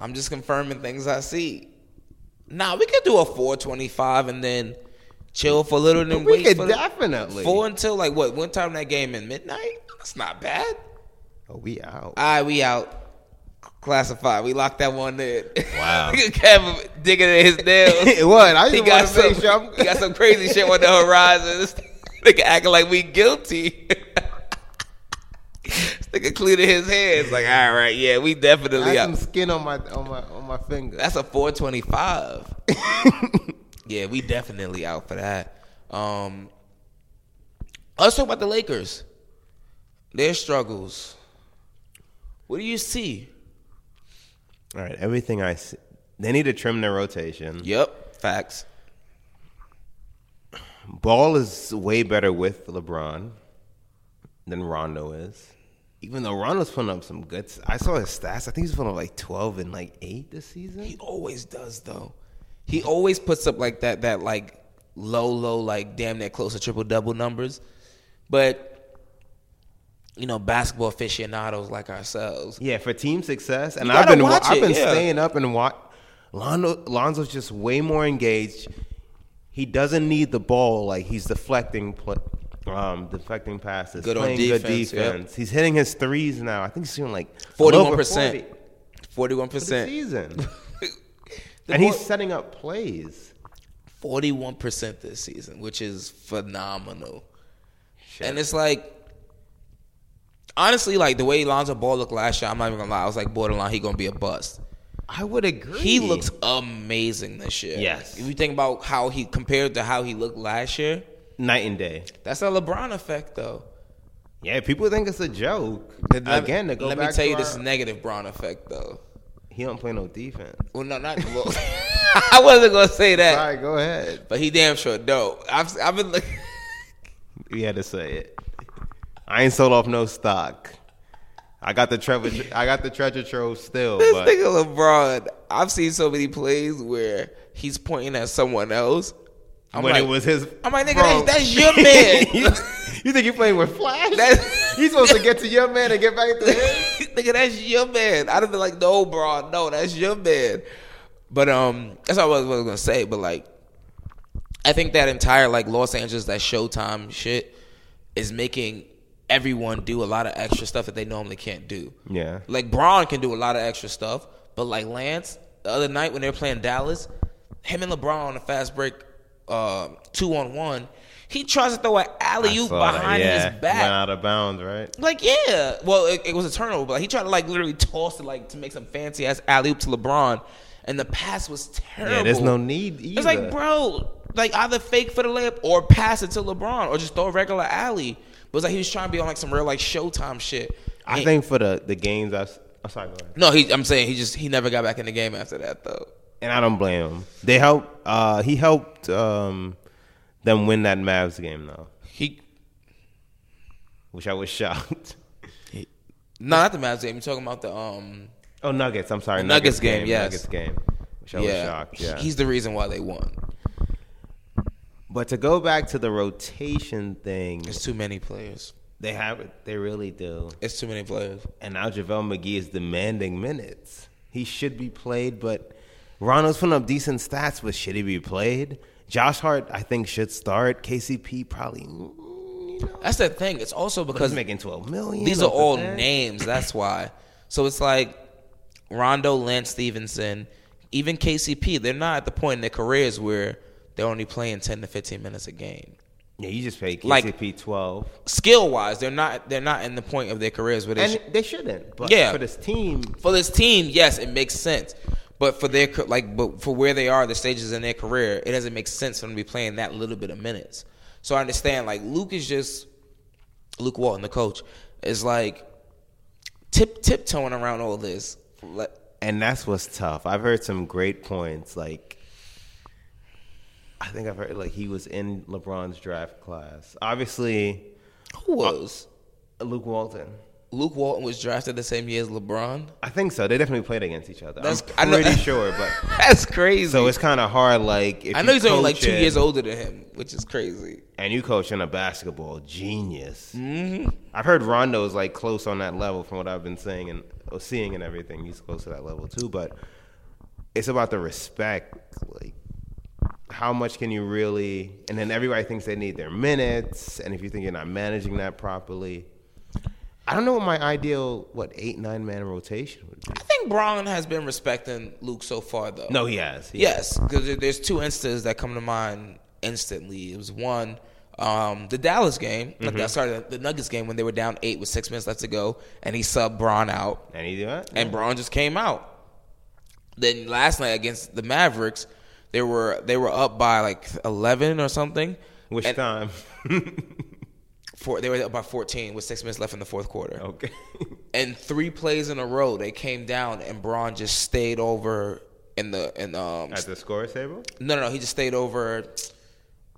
I'm just confirming things I see. Nah, we could do a 4:25 and then chill for a little and then We wait could for definitely. four until like what? One time that game in midnight? That's not bad. Oh, we out. All right, we out. Classified. We locked that one in. Wow. Kevin digging in his nails. what? I he just got want to some, make sure I'm. he got some crazy shit on the horizon. This nigga acting like we guilty. this nigga cleaning his hands like, all right, yeah, we I definitely got some out. skin on my on my on my finger. That's a 425. yeah, we definitely out for that. Um, let's talk about the Lakers. Their struggles. What do you see? All right, everything I see. They need to trim their rotation. Yep, facts. Ball is way better with LeBron than Rondo is. Even though Rondo's putting up some good, I saw his stats. I think he's putting up like twelve and like eight this He season. always does though. He always puts up like that that like low low like damn near close to triple double numbers. But you know, basketball aficionados like ourselves. Yeah, for team success, and You I've gotta been wa- watch I've it, been yeah. staying up and watch. Londo, Lonzo's just way more engaged. He doesn't need the ball like he's deflecting. Play. um, deflecting passes, Good on playing good defense, yep. defense. He's hitting his threes now. I think he's shooting like Forty-one over 40 percent. Forty-one for the percent. season, and he's setting up plays. Forty-one percent this season, which is phenomenal. And it's like, honestly, like the way Lonzo Ball looked last year, I'm not even gonna lie. I was like, borderline, he gonna be a bust. I would agree. He looks amazing this year. Yes. If you think about how he compared to how he looked last year, night and day. that's a LeBron effect, though. Yeah, people think it's a joke. Let- Again, to go let back me tell to you this our- negative Bron effect, though. He don't play no defense. Well, no, not. Well, I wasn't gonna say that, All right, go ahead. but he damn sure dope. I've I've been looking. We had to say it. I ain't sold off no stock. I got the Trevor. I got the treasure trove still. This but nigga LeBron, I've seen so many plays where he's pointing at someone else. I'm when like, it was his, I'm like, nigga, bro. that's, that's your man. you, you think you playing with Flash? That's- He's supposed to get to your man and get back to him. nigga, that's your man. I'd have been like, no, bro, no, that's your man. But um, that's all I was, what I was gonna say. But like, I think that entire like Los Angeles that Showtime shit is making everyone do a lot of extra stuff that they normally can't do. Yeah. Like Braun can do a lot of extra stuff, but like Lance, the other night when they were playing Dallas, him and LeBron on a fast break, uh, two on one, he tries to throw an alley oop behind his back. Went out of bounds, right? Like yeah, well it, it was a turnover, but like, he tried to like literally toss it like to make some fancy ass alley oop to LeBron, and the pass was terrible. Yeah, there's no need either. It's like bro, like either fake for the layup or pass it to LeBron or just throw a regular alley. But it's like he was trying to be on like some real like Showtime shit. I And- think for the the games, I. s- I'm sorry, go ahead. no, he, I'm saying he just he never got back in the game after that though. and I don't blame him. They helped. Uh, he helped um, them win that Mavs game though, He which I was shocked. no, not the Mavs game. You're talking about the um Oh, Nuggets. I'm sorry, The Nuggets game, yes. Nuggets game, which I was yeah. shocked. Yeah, He's the reason why they won. but to go back to the rotation thing, It's too many players. they have it. They really do. It's too many players. And now JaVale McGee is demanding minutes. He should be played, but Ronald's putting up decent stats, but should he be played? Josh Hart, I think, should start. KCP probably. mm, You know, That's the thing. It's also he's because making twelve million. These are off the all bench. names. That's why. So it's like Rondo, Lance Stevenson, even KCP. They're not at the point in their careers where they're only playing ten to fifteen minutes a game. Yeah, you just paid KCP Like- twelve, Skill wise, they're not. They're not in the point of their careers where they. and should- they shouldn't. But Yeah. for this team, for this team, yes, it makes sense. But for their ca- like, but for where they are, the stages in their career, it doesn't make sense for them to be playing that little bit of minutes. So I understand. Like Luke is just Luke Walton, the coach, is like tip tiptoeing around all this. Like, and that's what's tough. I've heard some great points. Like, I think I've heard like he was in LeBron's draft class. Obviously, who was Luke Walton. Luke Walton was drafted the same year as LeBron. I think so. They definitely played against each other. That's- I I'm know- pretty sure, but That's crazy. so it's kind of hard. Like, if I know you he's only like two coaching- years older than him, which is crazy. and you coaching a basketball genius. Mm-hmm. I've heard Rondo's like close on that level from what I've been saying and or seeing and everything. He's close to that level too, but it's about the respect. Like, how much can you really? And then everybody thinks they need their minutes, and if you think you're not managing that properly, I don't know what my ideal what eight nine man rotation would be. I think Braun has been respecting Luke so far, though. No, he has. He Yes, because there's two instances that come to mind instantly. It was one, um, the Dallas game. Mm-hmm. not that- sorry, the, the Nuggets game when they were down eight with six minutes left to go, and he subbed Braun out, and he uh, do that. and Braun just came out. Then last night against the Mavericks, they were they were up by like eleven or something. Which and time? Four, they were up by fourteen with six minutes left in the fourth quarter. okay. and three plays in a row they came down and Braun just stayed over in the in um At the score table. no no no he just stayed over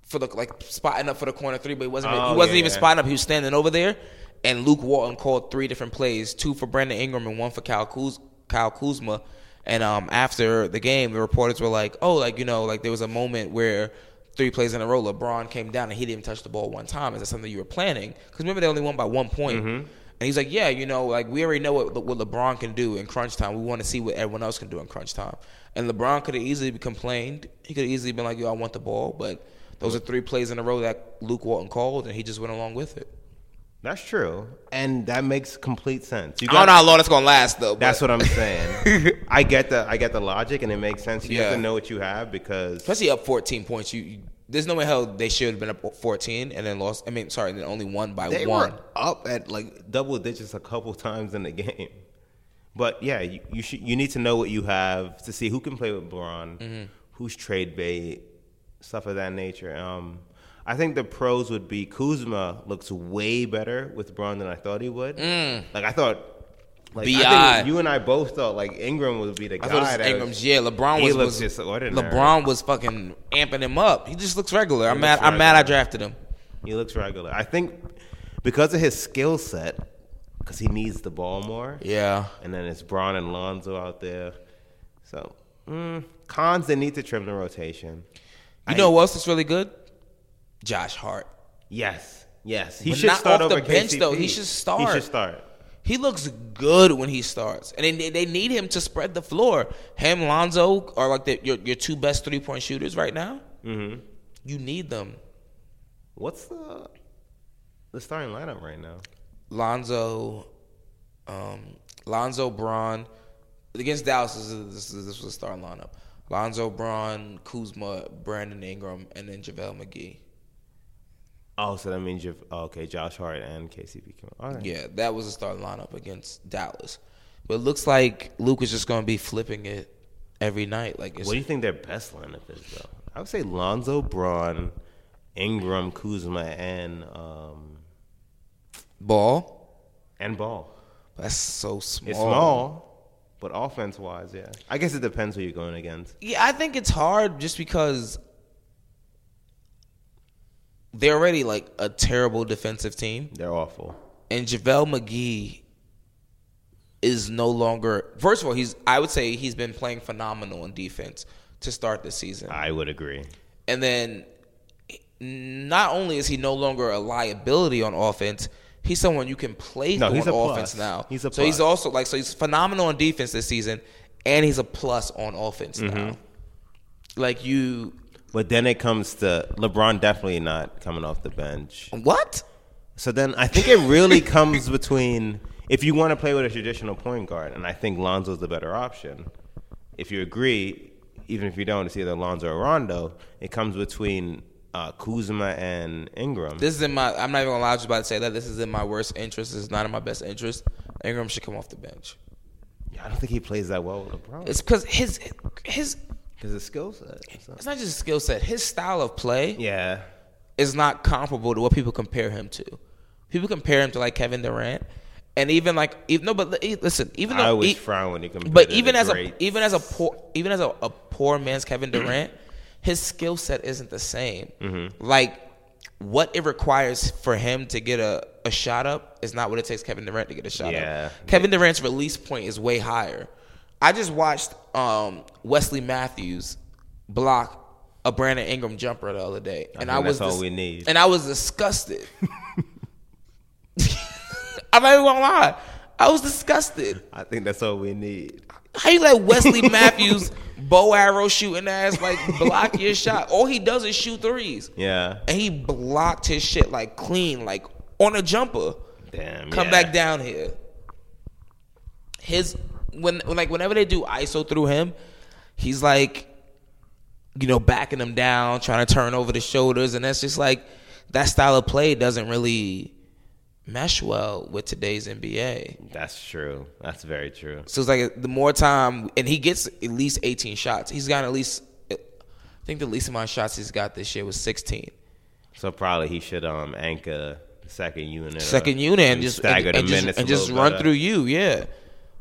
for the like spotting up for the corner three but he wasn't Oh, he wasn't yeah, even yeah. spotting up he was standing over there and Luke Walton called three different plays two for Brandon Ingram and one for Kyle Kuz, Kyle Kuzma and um after the game the reporters were like oh like you know like there was a moment where three plays in a row LeBron came down and he didn't even touch the ball one time is that something you were planning because remember they only won by one point. Mm-hmm. And he's like, yeah, you know, like we already know what, what LeBron can do in crunch time. We want to see what everyone else can do in crunch time. And LeBron could have easily complained. He could have easily been like, yo, I want the ball, but Those are three plays in a row that Luke Walton called, and he just went along with it. That's true, and that makes complete sense. You I don't know how long it's gonna last though. That's but- what I'm saying. I get the I get the logic, and it makes sense. You have Yeah. to know what you have because especially up 14 points. You, you there's no way hell they should have been up 14 and then lost. I mean, sorry, and then only won by they one. were up at like double digits a couple times in the game. But yeah, you you, should, you need to know what you have to see who can play with Braun, Mm-hmm. who's trade bait, stuff of that nature. Um, I think the pros would be Kuzma looks way better with Braun than I thought he would. Mm. Like I thought. Like, I think B.I.. you and I both thought like Ingram would be the I guy. thought it was that Ingram's. Yeah, LeBron he was, looks was extraordinary. LeBron was fucking amping him up. He just looks regular. I'm mad. looks I'm mad. I regular. drafted him. He looks regular. I think because of his skill set, because he needs the ball more. Yeah. And then it's Braun and Lonzo out there. So mm, cons, they need to trim the rotation. You know who else is really good? Josh Hart. Yes, yes, he But should not start off the over bench, KCP. though. He should start. He should start. He looks good when he starts, and they, they need him to spread the floor. Him, Lonzo are like the, your your two best three point shooters right now. Mm-hmm. You need them. What's the the starting lineup right now? Lonzo, um, Lonzo Braun against Dallas. This is, this is this was a starting lineup. Lonzo Braun, Kuzma, Brandon Ingram, and then JaVale McGee. Oh, so that means you've oh, okay. Josh Hart and KCP. Come on. All right. Yeah, that was a starting lineup against Dallas. But it looks like Luke is just going to be flipping it every night. Like it's, What do you think their best lineup is though? I would say Lonzo, Braun, Ingram, Kuzma, and um, ball. and Ball. That's so small. It's small, but offense wise, yeah. I guess it depends who you're going against. Yeah, I think it's hard just because they're already like a terrible defensive team. They're awful. and JaVale McGee is no longer. First of all, he's. I would say he's been playing phenomenal in defense to start the season, I would agree. and then not only is he no longer a liability on offense, he's someone you can play No, through he's on a plus. offense now. He's a so he's plus. also like so he's phenomenal on defense this season, and he's a plus on offense Mm-hmm. now. Like you, But then it comes to LeBron definitely not coming off the bench. what? So then I think it really comes between if you want to play with a traditional point guard, and I think Lonzo's the better option. If you agree, even if you don't, it's either Lonzo or Rondo. It comes between uh, Kuzma and Ingram. This is in my. I'm not even gonna lie. I was about to say that this is in my worst interest. This is not in my best interest. Ingram should come off the bench. Yeah, I don't think he plays that well with LeBron It's because his his because his skill set. it's not- it's not just skill set. His style of play Yeah, is not comparable to what people compare him to. People compare him to like Kevin Durant, and even like even no, but li- listen, even though I always e- frown when you compare. but to even the as a e greats. even as a poor even as a, a poor man's Kevin Durant, his skill set isn't the same. Mm-hmm. Like what it requires for him to get a, a shot up is not what it takes Kevin Durant to get a shot Yeah. up. Kevin Durant's release point is way higher. I just watched um, Wesley Matthews block a Brandon Ingram jumper the other day, and I, think was that's all we need. and I was disgusted. I'm not even gonna lie, I was disgusted. I think that's all we need. How you let Wesley Matthews bow arrow shooting ass like block your shot? All he does is shoot threes. Yeah. And he blocked his shit like clean, like on a jumper. Damn. Come yeah. back down here. His when when, like whenever they do ISO through him, he's like, you know, backing them down, trying to turn over the shoulders, and that's just like that style of play doesn't really mesh well with today's NBA. That's true. That's very true. So it's like the more time, and he gets at least 18 shots. He's gotten at least, I think the least amount of shots he's got this year was 16. So probably he should um anchor the second unit. Second unit and just stagger and, the and just- minutes and just run through you, yeah.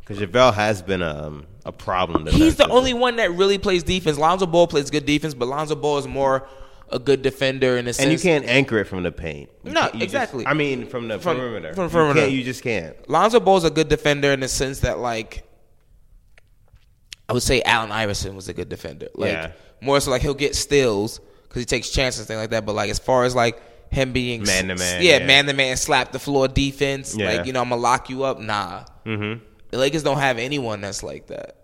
Because Javale has been a um, a problem. He's the defensively. only one that really plays defense. Lonzo Ball plays good defense, but Lonzo Ball is more a good defender in a sense. And you can't anchor it from the paint. You No, can't- you just- exactly. I mean, from the From- perimeter. from You perimeter. can't- You, just can't. Lonzo Ball's a good defender in the sense that like I would say Allen Iverson was a good defender. Like Yeah. more so like he'll get steals because he takes chances and things like that. But like as far as like him being Man to man, yeah, yeah. man to man, slap the floor defense. Yeah. Like you know I'm gonna lock you up. Nah, mm-hmm. the Lakers don't have anyone that's like that.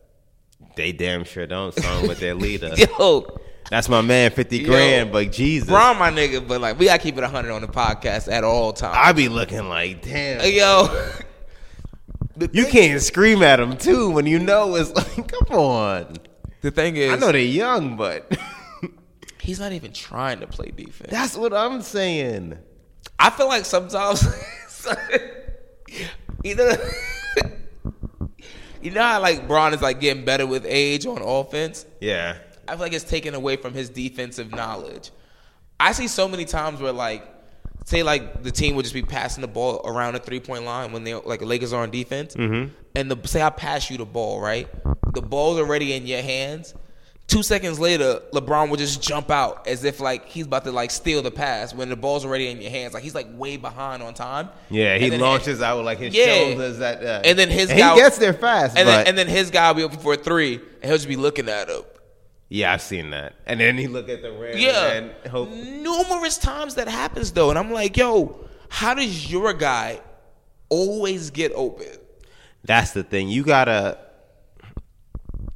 They damn sure don't song with their leader. Yo, That's my man, fifty Yo, grand. But Jesus, Braun, my nigga, but like we gotta keep it hundred on the podcast at all I times. be looking like damn. Yo, the You thing- can't scream at them too when you know it's like, come on. The thing is, I know they're young, but he's not even trying to play defense. that's what I'm saying. I feel like sometimes, you know, you know how like Braun is like getting better with age on offense. Yeah. I feel like it's taken away from his defensive knowledge. I see so many times where like say like the team would just be passing the ball around the three point line when they like Lakers are on defense, Mm-hmm. and the say I pass you the ball right, the ball's already in your hands. Two seconds later, LeBron would just jump out as if like he's about to like steal the pass when the ball's already in your hands. Like he's like way behind on time. Yeah, he And then- launches out with like his Yeah. shoulders at uh, And then his guy- he gets there fast. and but, then and then his guy will be open for a three, and he'll just be looking at him. yeah, I've seen that. And then he look at the rim. Yeah. And hope, Numerous times that happens though, and I'm like, yo, how does your guy always get open? that's the thing. You gotta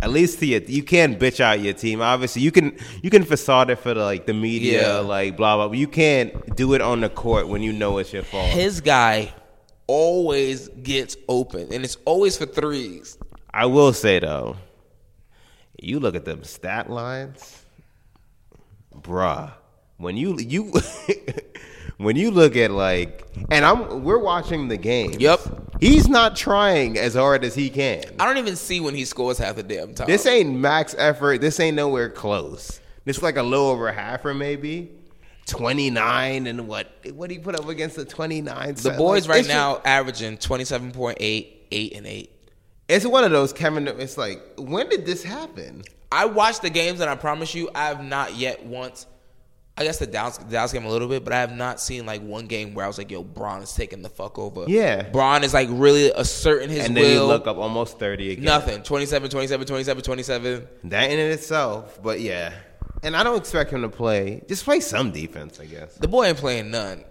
at least to your, you can bitch out your team. Obviously, you can you can facade it for the, like the media, Yeah. like blah blah. But you can't do it on the court when you know it's your fault. His guy always gets open, and it's always for threes. I will say though, you look at them stat lines, bruh. When you you when you look at like, and I'm we're watching the game. Yep. he's not trying as hard as he can. I don't even see when he scores half the damn time. This ain't max effort. This ain't nowhere close. This like a little over half or maybe. 29 and what what do you put up against the 29 the boys right now averaging twenty seven point eight, eight and eight. it's one of those kevin it's like when did this happen I watched the games, and I promise you, I have not yet once. I guess the Dallas, Dallas game a little bit, but I have not seen like one game where I was like, "Yo, Braun is taking the fuck over." Yeah. Braun is like really asserting his and will. then you look up almost 30 again Nothing. 27, 27, 27, 27. That in and itself, but yeah. And I don't expect him to play. Just play some defense, I guess. The boy ain't playing none.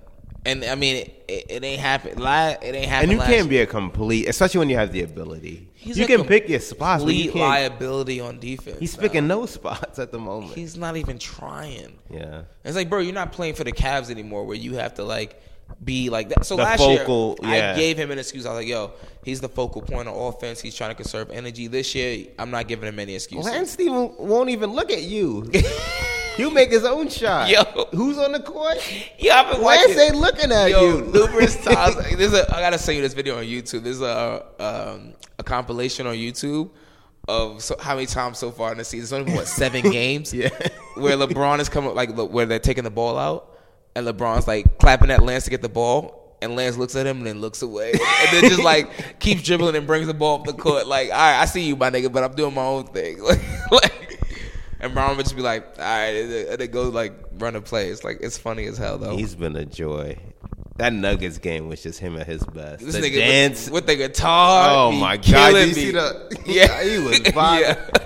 And I mean, it, it, it ain't happened. La- it ain't happened. And you last can't be a complete, especially when you have the ability. He's you a can pick your spots. But you Complete can't, liability on defense. he's now. picking no spots at the moment. He's not even trying. yeah. It's like, bro, you're not playing for the Cavs anymore, where you have to like be like that. So The last focal- year, yeah. I gave him an excuse. I was like, yo, he's the focal point of offense. He's trying to conserve energy. This year, I'm not giving him any excuses. Lance Steven won't even look at you. He'll make his own shot. Yo. Who's on the court? Yeah, I've been Lance watching. ain't looking at Yo, you. numerous times. Like, There's a, I gotta send you this video on YouTube. There's a um, a compilation on YouTube of so, how many times so far in the season. It's only been, what seven games. Yeah. where LeBron is coming like look, where they're taking the ball out, and LeBron's like clapping at Lance to get the ball. And Lance looks at him and then looks away, and then just like keeps dribbling and brings the ball up the court. Like, all right, I see you, my nigga, but I'm doing my own thing. Like, and Brown would just be like, all right, and then- and then go like run a play. It's like it's funny as hell though. He's been a joy. That Nuggets game was just him at his best. This the nigga dance. with, with the guitar. Oh be my God, killing did you me. see the- Yeah, Uh, he was vibing. yeah.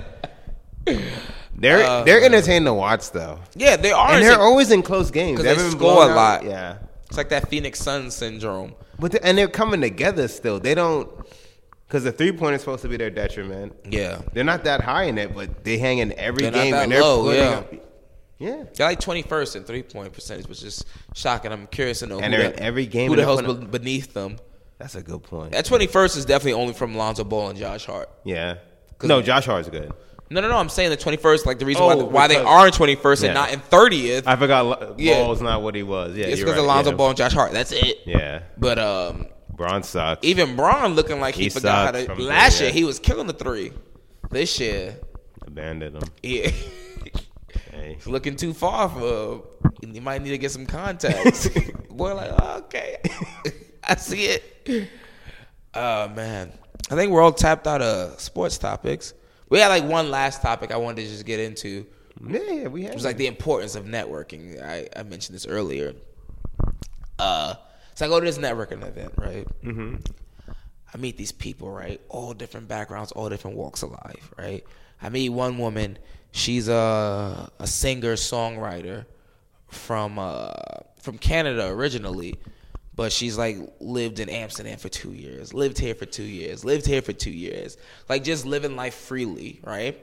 they're they're entertaining to watch though. yeah, they are. And It's, they're like, always in close games. 'Cause they haven't been score a blown out. lot. Yeah. it's like that Phoenix Sun syndrome. But the, and they're coming together still. They don't because the three point is supposed to be their detriment. Yeah, They're not that high in it, but they hang in every They're not game that and they're low, putting yeah. up- Yeah. they're like 21st in three point percentage, which is shocking. I'm curious to know And who they're the, in every game who and the hell's they're putting- be- beneath them. That's a good point. That 21st is definitely only from Lonzo Ball and Josh Hart. yeah. No, Josh Hart's good. No, no, no. I'm saying the 21st, like the reason why, Oh, why they because- are in 21st Yeah. and not in 30th. I forgot Yeah. yeah. Ball's not what he was. Yeah, it's you're because right. of Lonzo yeah. Ball and Josh Hart. That's it. Yeah. But um, Braun sucks. even Braun looking like he, He forgot sucks how to. from Last three, year yeah. he was killing the three. This year, Abandoned him. yeah, Hey. it's looking too far for. You might need to get some contacts. Boy, like okay, I see it. Oh man, I think we're all tapped out of sports topics. We had like one last topic I wanted to just get into. Yeah, yeah, we have. It was like the importance of networking. I, I mentioned this earlier. Uh, so I go to this networking event, right? Mm-hmm. I meet these people, right? All different backgrounds, all different walks of life, right? I meet one woman. She's a a singer songwriter from uh, from Canada originally, but she's like lived in Amsterdam for two years, lived here for two years, lived here for two years, like just living life freely, right?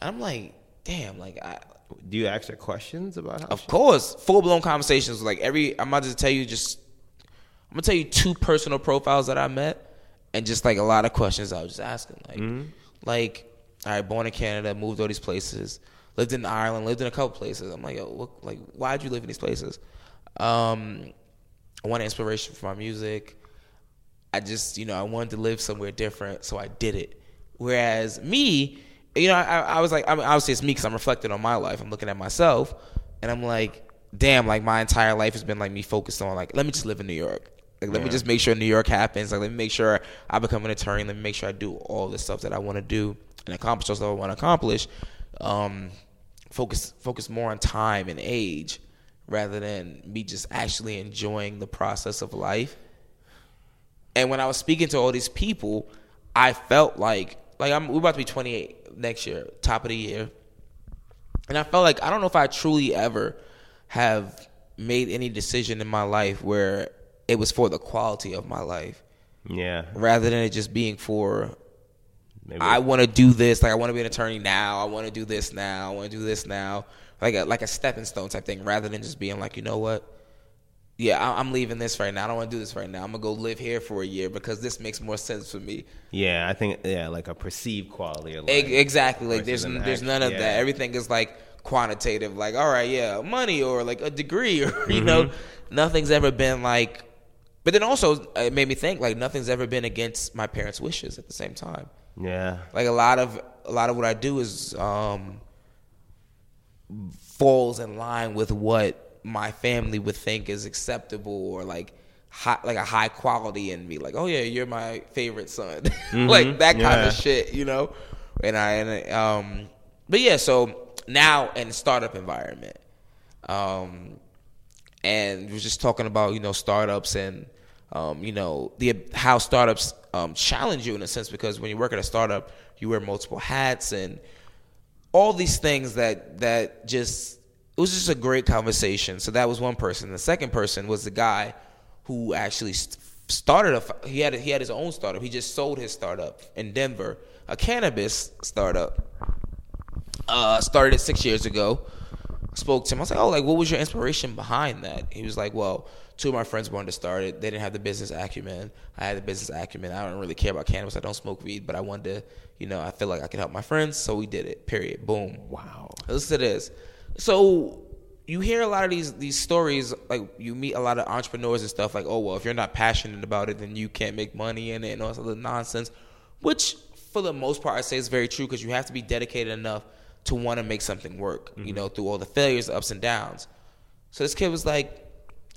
And I'm like, damn, like I Do you ask her questions about how? Of course, full blown conversations. Like every, I'm about to tell you just, I'm gonna tell you two personal profiles that I met, and just like a lot of questions I was just asking. Like, like, all right, born in Canada, moved all these places, lived in Ireland, lived in a couple places. I'm like, yo, what, like, why'd you live in these places? Um, I wanted inspiration for my music. I just, you know, I wanted to live somewhere different, so I did it. Whereas me, you know, I, I was like, I mean, obviously it's me because I'm reflecting on my life. I'm looking at myself, and I'm like, damn, like my entire life has been like me focused on like, let me just live in New York. Like, let me just make sure New York happens. Like, let me make sure I become an attorney. Let me make sure I do all the stuff that I want to do and accomplish those that I want to accomplish. Um, focus, focus more on time and age rather than me just actually enjoying the process of life. And when I was speaking to all these people, I felt like like I'm we're about to be 28 next year, top of the year. And I felt like I don't know if I truly ever have made any decision in my life where it was for the quality of my life Yeah, rather than it just being for maybe I want to do this. Like I want to be an attorney now. I want to do this now. I want to do this now. Like a, like a stepping stone type thing, rather than just being like, you know what? Yeah, I, I'm leaving this right now. I don't want to do this right now. I'm gonna go live here for a year because this makes more sense for me. yeah. I think yeah, like a perceived quality of life. Ex- exactly. Like there's versus an there's act- none of yeah. that. Everything is like quantitative. Like all right, yeah, money or like a degree or you know, Mm-hmm. nothing's ever been like. But then also it made me think like nothing's ever been against my parents' wishes at the same time Yeah, like a lot of a lot of what I do is um falls in line with what my family would think is acceptable or like high, like a high quality in me like oh yeah you're my favorite son like that kind Yeah. of shit you know and I and um but yeah so now in startup environment um and was just talking about you know startups and um, you know the how startups um, challenge you in a sense because when you work at a startup you wear multiple hats and all these things that that just it was just a great conversation so that was one person the second person was the guy who actually st- started a f- he had he had his own startup he just sold his startup in Denver a cannabis startup uh, started it six years ago. Spoke to him. I was like, "Oh, like, what was your inspiration behind that?" He was like, "Well, two of my friends wanted to start it. They didn't have the business acumen. I had the business acumen. I don't really care about cannabis. I don't smoke weed, but I wanted to, you know, I feel like I could help my friends, so we did it. Period. Boom. Wow. Listen to this. So you hear a lot of these these stories. Like you meet a lot of entrepreneurs and stuff. Like, oh well, if you're not passionate about it, then you can't make money in it and all this other nonsense, which for the most part I say is very true because you have to be dedicated enough to want to make something work. You know, through all the failures, the ups and downs. So this kid was like,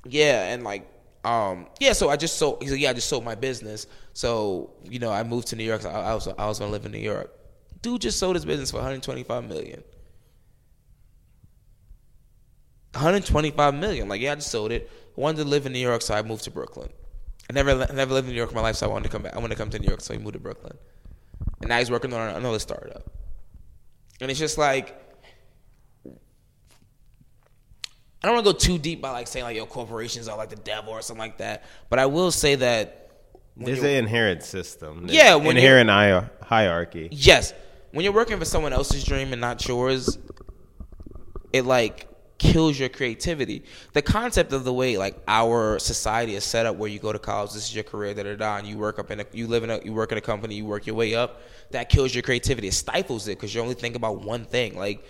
yeah, and like, um, yeah. So I just sold. He's like, yeah, I just sold my business. So you know, I moved to New York. 'cause I, I was I was gonna live in New York. Dude just sold his business for 125 million. 125 million. Like, yeah, I just sold it. Wanted to live in New York, so I moved to Brooklyn. I never I never lived in New York in my life, so I wanted to come back. I wanted to come to New York, so he moved to Brooklyn. And now he's working on another startup. And it's just like I don't want to go too deep by like saying like yo corporations are like the devil or something like that, but I will say that there's an inherent system. There's Yeah, when you're- inherent hi- hierarchy. yes, when you're working for someone else's dream and not yours, it like kills your creativity. The concept of the way like our society is set up, where you go to college, this is your career, da da da, and you work up in a, you live in a, you work in a company, you work your way up. That kills your creativity. It stifles it because you only think about one thing. Like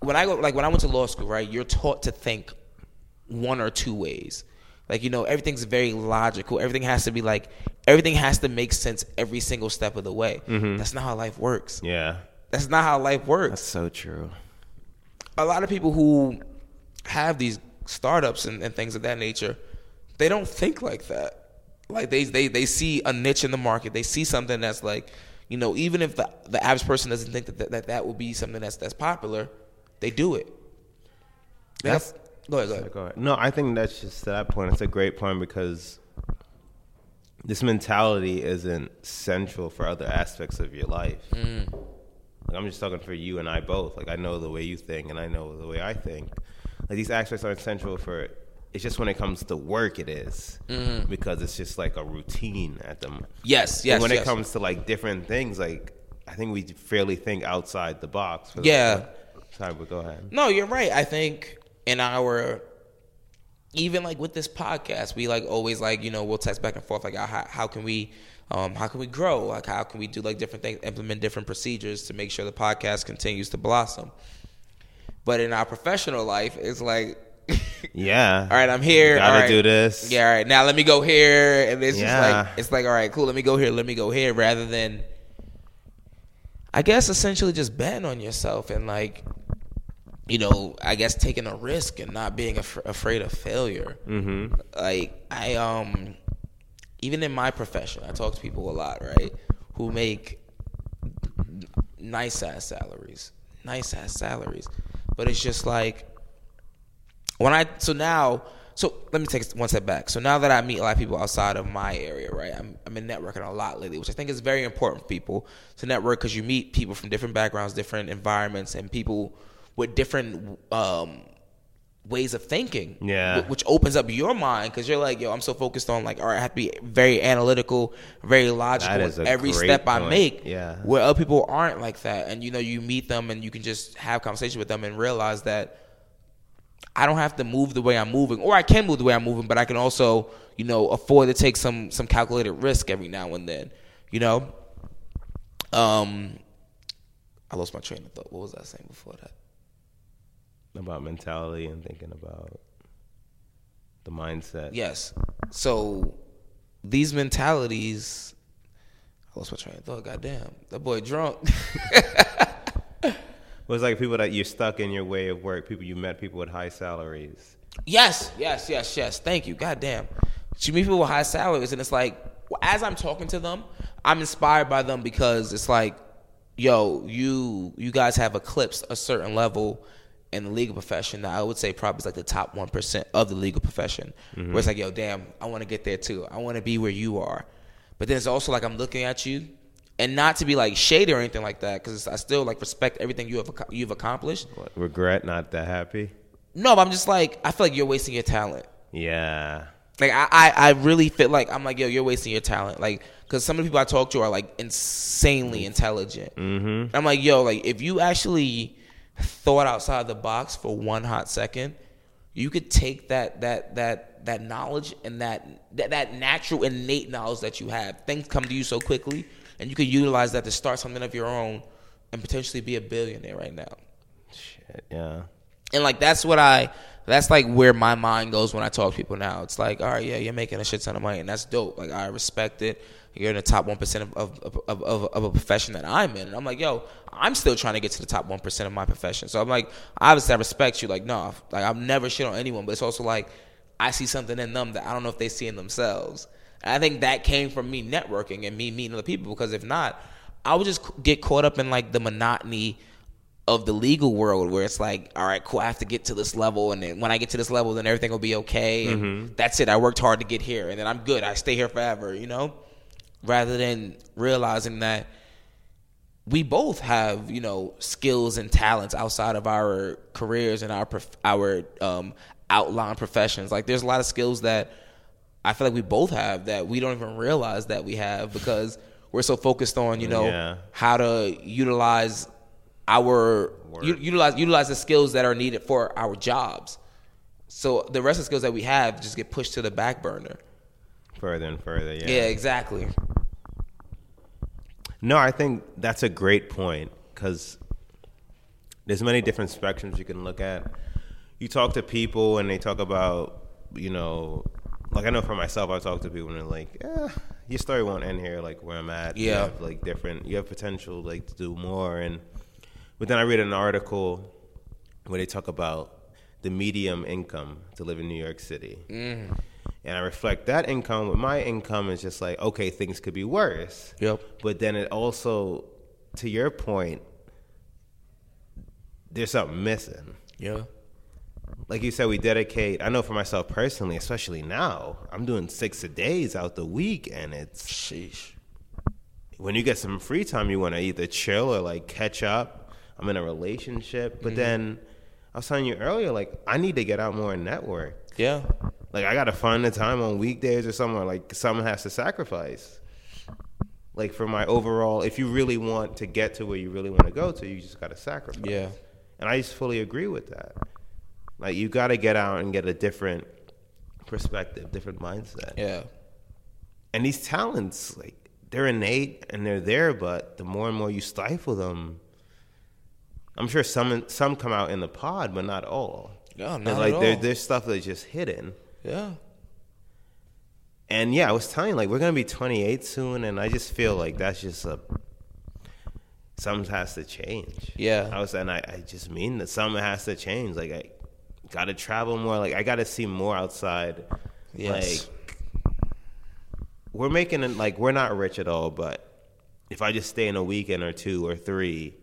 when I go, like when I went to law school, right? You're taught to think one or two ways. Like you know, everything's very logical. Everything has to be like everything has to make sense every single step of the way. That's not how life works. Yeah, That's not how life works so true. a lot of people who have these startups and, and things of that nature, they don't think like that. Like they, they they see a niche in the market. They see something that's like, you know, even if the the average person doesn't think that that, that, that will be something that's that's popular, they do it. That's go ahead, go ahead. Go ahead. No, I think that's just that point. It's a great point because this mentality isn't central for other aspects of your life. Mm. Like I'm just talking for you and I both. Like I know the way you think and I know the way I think. Like these aspects aren't central for. It's just when it comes to work, it is. Mm. because it's just like a routine at the. mo- Yes, But yes. when yes. it comes to like different things, like I think we fairly think outside the box. For that Yeah. one. Sorry, but go ahead. No, you're right. I think in our even like with this podcast, we like always like you know we'll text back and forth like how, how can we um, how can we grow like how can we do like different things implement different procedures to make sure the podcast continues to blossom. But in our professional life, it's like Yeah. all right, I'm here. Gotta all right. do this. Yeah, all right. Now let me go here, and it's Yeah. just like it's like all right, cool. Let me go here. Let me go here, rather than I guess essentially just betting on yourself and like you know I guess taking a risk and not being af- afraid of failure. Mm-hmm. Like I um even in my profession, I talk to people a lot, right? Who make nice ass salaries, nice ass salaries, but it's just like when I so now so let me take one step back. So now that I meet a lot of people outside of my area, right? I'm I'm in networking a lot lately, which I think is very important for people to network because you meet people from different backgrounds, different environments, and people with different um, ways of thinking. Yeah. wh- which opens up your mind because you're like, yo, I'm so focused on like, all right, I have to be very analytical, very logical That with is a every great step I point. make. Yeah. where other people aren't like that, and you know, you meet them and you can just have conversation with them and realize that. I don't have to move the way I'm moving, or I can move the way I'm moving, but I can also, you know, afford to take some some calculated risk every now and then, you know. Um, I lost my train of thought. What was I saying before that? About mentality and thinking about the mindset. Yes. So these mentalities. I lost my train of thought. Goddamn, that boy drunk. Well, it's like people that you're stuck in your way of work. People you met people with high salaries. Yes, yes, yes, yes. Thank you. God damn. She meet people with high salaries, and it's like, as I'm talking to them, I'm inspired by them because it's like, yo, you you guys have eclipsed a certain level in the legal profession that I would say probably is like the top one percent of the legal profession. Where it's like, yo, damn, I want to get there too. I want to be where you are. But then it's also like I'm looking at you, and not to be like shady or anything like that, because I still like respect everything you have ac- you've accomplished. What, regret, not that happy. No, but I'm just like, I feel like you're wasting your talent. Yeah. Like I, I, I really feel like I'm like yo, you're wasting your talent. Like because some of the people I talk to are like insanely intelligent. Mm-hmm. I'm like yo, like if you actually thought outside the box for one hot second, you could take that that that that knowledge and that that, that natural innate knowledge that you have. Things come to you so quickly, and you can utilize that to start something of your own and potentially be a billionaire right now Shit. Yeah. and like that's what I that's like where my mind goes when I talk to people now. It's like, all right, yeah, you're making a shit ton of money, and that's dope. Like I respect it. You're in the top one percent of of, of of of a profession that I'm in, and I'm like, yo, I'm still trying to get to the top one percent of my profession. So I'm like, obviously I respect you. Like no, like I'm never shit on anyone, but it's also like I see something in them that I don't know if they see in themselves. And I think that came from me networking and me meeting other people because if not, I would just c- get caught up in like the monotony of the legal world where it's like, all right, cool, I have to get to this level, and then when I get to this level, then everything will be okay, and that's it. I worked hard to get here, and then I'm good. I stay here forever, you know. Rather than realizing that we both have, you know, skills and talents outside of our careers and our prof- our um, outline professions. Like, there's a lot of skills that I feel like we both have that we don't even realize that we have because we're so focused on, you know, Yeah. how to utilize our u- utilize utilize the skills that are needed for our jobs. So the rest of the skills that we have just get pushed to the back burner. Further and further. Yeah. Yeah, exactly. No, I think that's a great point because there's many different spectrums you can look at. You talk to people and they talk about, you know, like I know for myself, I talk to people and they're like, eh, your story won't end here, like where I'm at. You Yeah. have like different, you have potential like to do more. And, but then I read an article where they talk about the medium income to live in New York City. And I reflect that income with my income is just like, okay, things could be worse. Yep. But then it also, to your point, there's something missing. Yeah. Like you said, we dedicate. I know for myself personally, especially now, I'm doing six a days out the week, and it's Sheesh. when you get some free time, you want to either chill or like catch up. I'm in a relationship, but then I was telling you earlier, like I need to get out more and network. Yeah. Like I gotta find the time on weekdays or somewhere. Like someone has to sacrifice. Like for my overall, if you really want to get to where you really want to go to, you just gotta sacrifice. Yeah. And I just fully agree with that. Like you got to get out and get a different perspective, different mindset. Yeah. And these talents, like they're innate and they're there, but the more and more you stifle them, I'm sure some some come out in the pod, but not all. Yeah, And, not like at there- all. there's stuff that's just hidden. Yeah. And yeah, I was telling you, like we're gonna be 28 soon, and I just feel like that's just a something has to change. Yeah. I was, and I, I just mean that something has to change. Like I got to travel more. Like I got to see more outside. Yes. Like we're making it like we're not rich at all, but if I just stay in a weekend or two or three,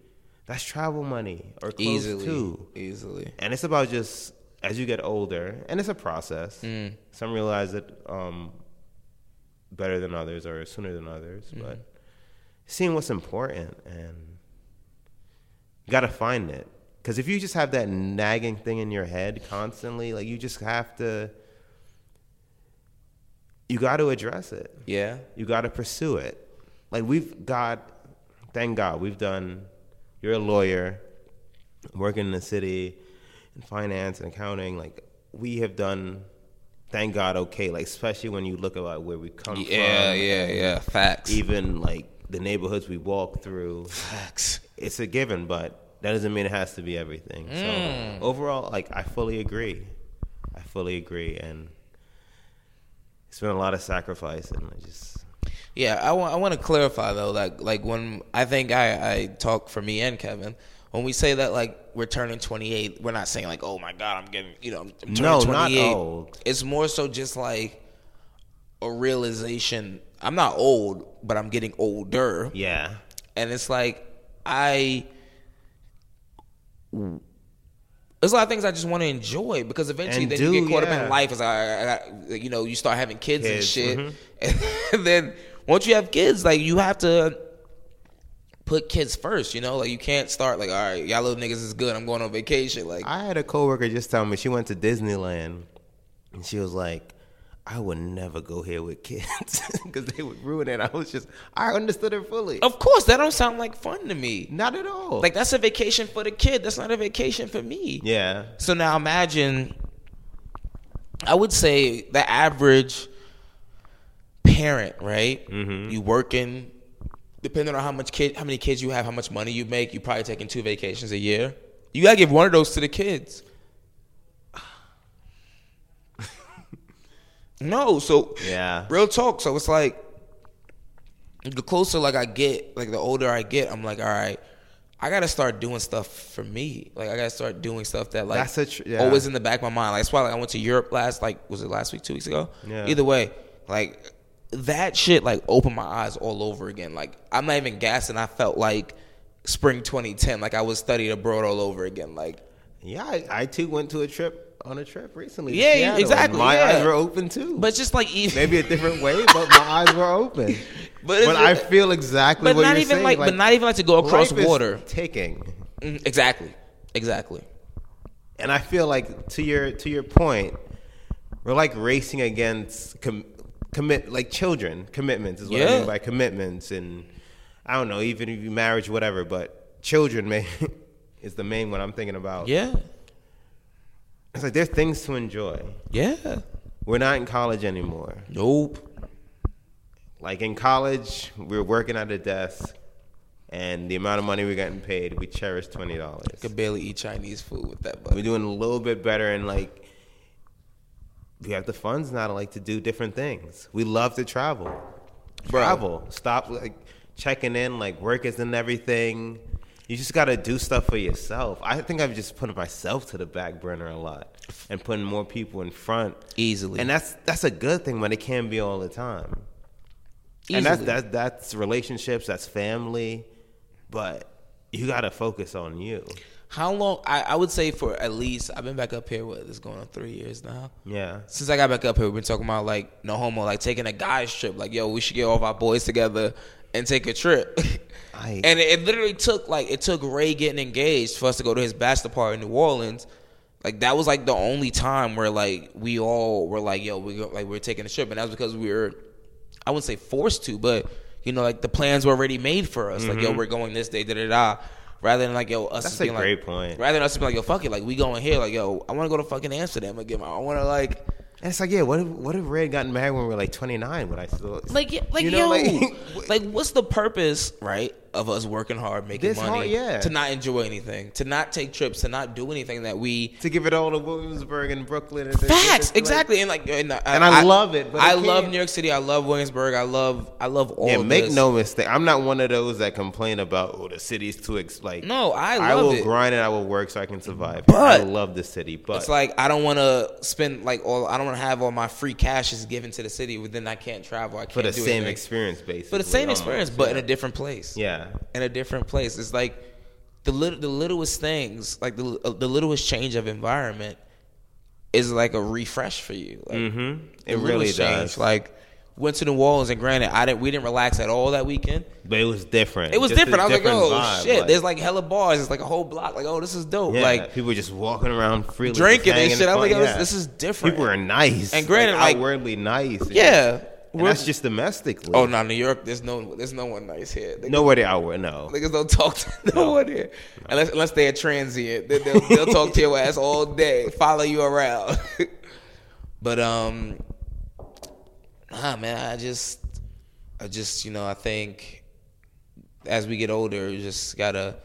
that's travel money or close Easily. to. Easily. And it's about just as you get older, and it's a process. Some realize it um, better than others or sooner than others, but seeing what's important and you got to find it. Because if you just have that nagging thing in your head constantly, like you just have to, you got to address it. Yeah. You got to pursue it. Like we've got, thank God, we've done. You're a lawyer, working in the city, in finance and accounting. Like we have done, thank God, okay. Like especially when you look about where we come Yeah, from, yeah, yeah. Facts. even like the neighborhoods we walk through. Facts. It's a given, but that doesn't mean it has to be everything. Mm. So overall, like I fully agree. I fully agree, and it's been a lot of sacrifice, and I just. Yeah, I want I want to clarify though, like like when I think I I talk for me and Kevin. When we say that like we're turning 28, we're not saying like oh my god I'm getting you know I'm, I'm turning No, not 28. old. It's more so just like a realization. I'm not old, but I'm getting older. Yeah. and it's like I. There's a lot of things I just want to enjoy because eventually And then do, you get caught up yeah. in life as I, I, I- you know you start having kids, and Kids, mm-hmm. shit, and then once you have kids, like you have to put kids first. You know, like you can't start like all right, y'all little niggas is good. I'm going on vacation. Like I had a coworker just tell me she went to Disneyland and she was like, I would never go here with kids because they would ruin it. I was just, I understood her fully. of course that don't sound like fun to me. Not at all. Like that's a vacation for the kid. That's not a vacation for me. yeah. So now imagine, I would say the average parent, right? Mm-hmm. You working, depending on how much kid, how many kids you have, how much money you make, you probably taking two vacations a year. You gotta give one of those to the kids. no, so Yeah. real talk. So it's like the closer like I get, like the older I get, I'm like, all right, I gotta start doing stuff for me. Like I gotta start doing stuff that like That's a tr- yeah. always in the back of my mind. Like that's why like, I went to Europe last like was it last week, two weeks ago? Yeah. Either way, like that shit like opened my eyes all over again. Like I'm not even gassing. I felt like spring 2010. Like I was studied abroad all over again. Like Yeah, I, I too went to a trip on a trip recently. to Yeah, Seattle, and exactly, My yeah. eyes were open too. but just like even Maybe a different way, but my eyes were open. But it's- I feel exactly but what not you're even saying, like, but not even like to go across life is water. Taking. Mm, Exactly. Exactly. and I feel like to your to your point, we're like racing against com- commit like children commitments is what I Yeah. mean by commitments, and I don't know even if you marriage whatever, but children may is the main one I'm thinking about. Yeah. it's like there's things to enjoy. Yeah. We're not in college anymore. Nope. Like in college, we were working at a desk. And the amount of money we're getting paid, we cherish twenty dollars. Could barely eat Chinese food with that, but We're doing a little bit better and like we have the funds now to like to do different things. We love to travel. Travel. Stop like checking in, like work isn't everything. You just gotta do stuff for yourself. I think I've just put myself to the back burner a lot and putting more people in front. easily. And that's that's a good thing, but it can be all the time. And that's Easily. that that's relationships, that's family, but you gotta focus on you. How long? I, I would say for at least I've been back up here. What it's going on three years now. Yeah. Since I got back up here, we've been talking about like no homo, like taking a guys trip. Like yo, we should get all of our boys together and take a trip. I- and it, it literally took like it took Ray getting engaged for us to go to his bachelor party in New Orleans. Like that was like the only time where like we all were like yo, we go, like we're taking a trip, and that's because we were, I wouldn't say forced to, but you know like the plans were already made for us. Like yo, we're going this day, da da da. Rather than like yo, us Mm-hmm. That's just a being great like, point. Rather than us just being like yo, fuck it, like we going here, like yo, I want to go to fucking Amsterdam again. I want to like, And it's like, yeah, what if what if Red gotten married when we were like 29? Would I still like, y- like You know, yo, like, like- what's the purpose, right, of us working hard, making This money, hard, yeah. to not enjoy anything, to not take trips, to not do anything that we to give it all to Williamsburg and Brooklyn? And Facts, like- exactly, and like, and, uh, And I love it, but I I love can't- New York City. I love Williamsburg. I love, I love all. Yeah, of make this. no mistake. I'm not one of those that complain about oh the city's too ex- like. No, I I love will it. grind and I will work so I can survive. I But- love the city, but It's like I don't want to spend like all. I don't want to have all my free cash is given to the city, but then I can't travel. I can't for the do same anything. experience, basically. For the same almost, experience, but yeah. in a different place. yeah, in a different place. It's like the little, the littlest things, like the uh, the littlest change of environment, is like a refresh for you. Like, mm-hmm. It really does. Like went to New Orleans, and granted, I didn't. We didn't relax at all that weekend. but it was different. It was Just a different. I was like, oh vibe, shit, there's like hella bars. It's like a whole block. Like, oh, this is dope. yeah, Like. people were just walking around freely, just Drinking and hanging shit. I was fun, like, yo, this- this is different. People are nice And granted, like, like- outwardly nice. and- Yeah. and that's just domestically. Oh no, New York. There's no. There's no one nice here. Niggas, nowhere they outward. No, niggas don't talk to no, one here unless unless they're transient. They, will they'll talk to your ass all day, follow you around. but um, nah, man. I just, I just, you know, I think as we get older, you just gotta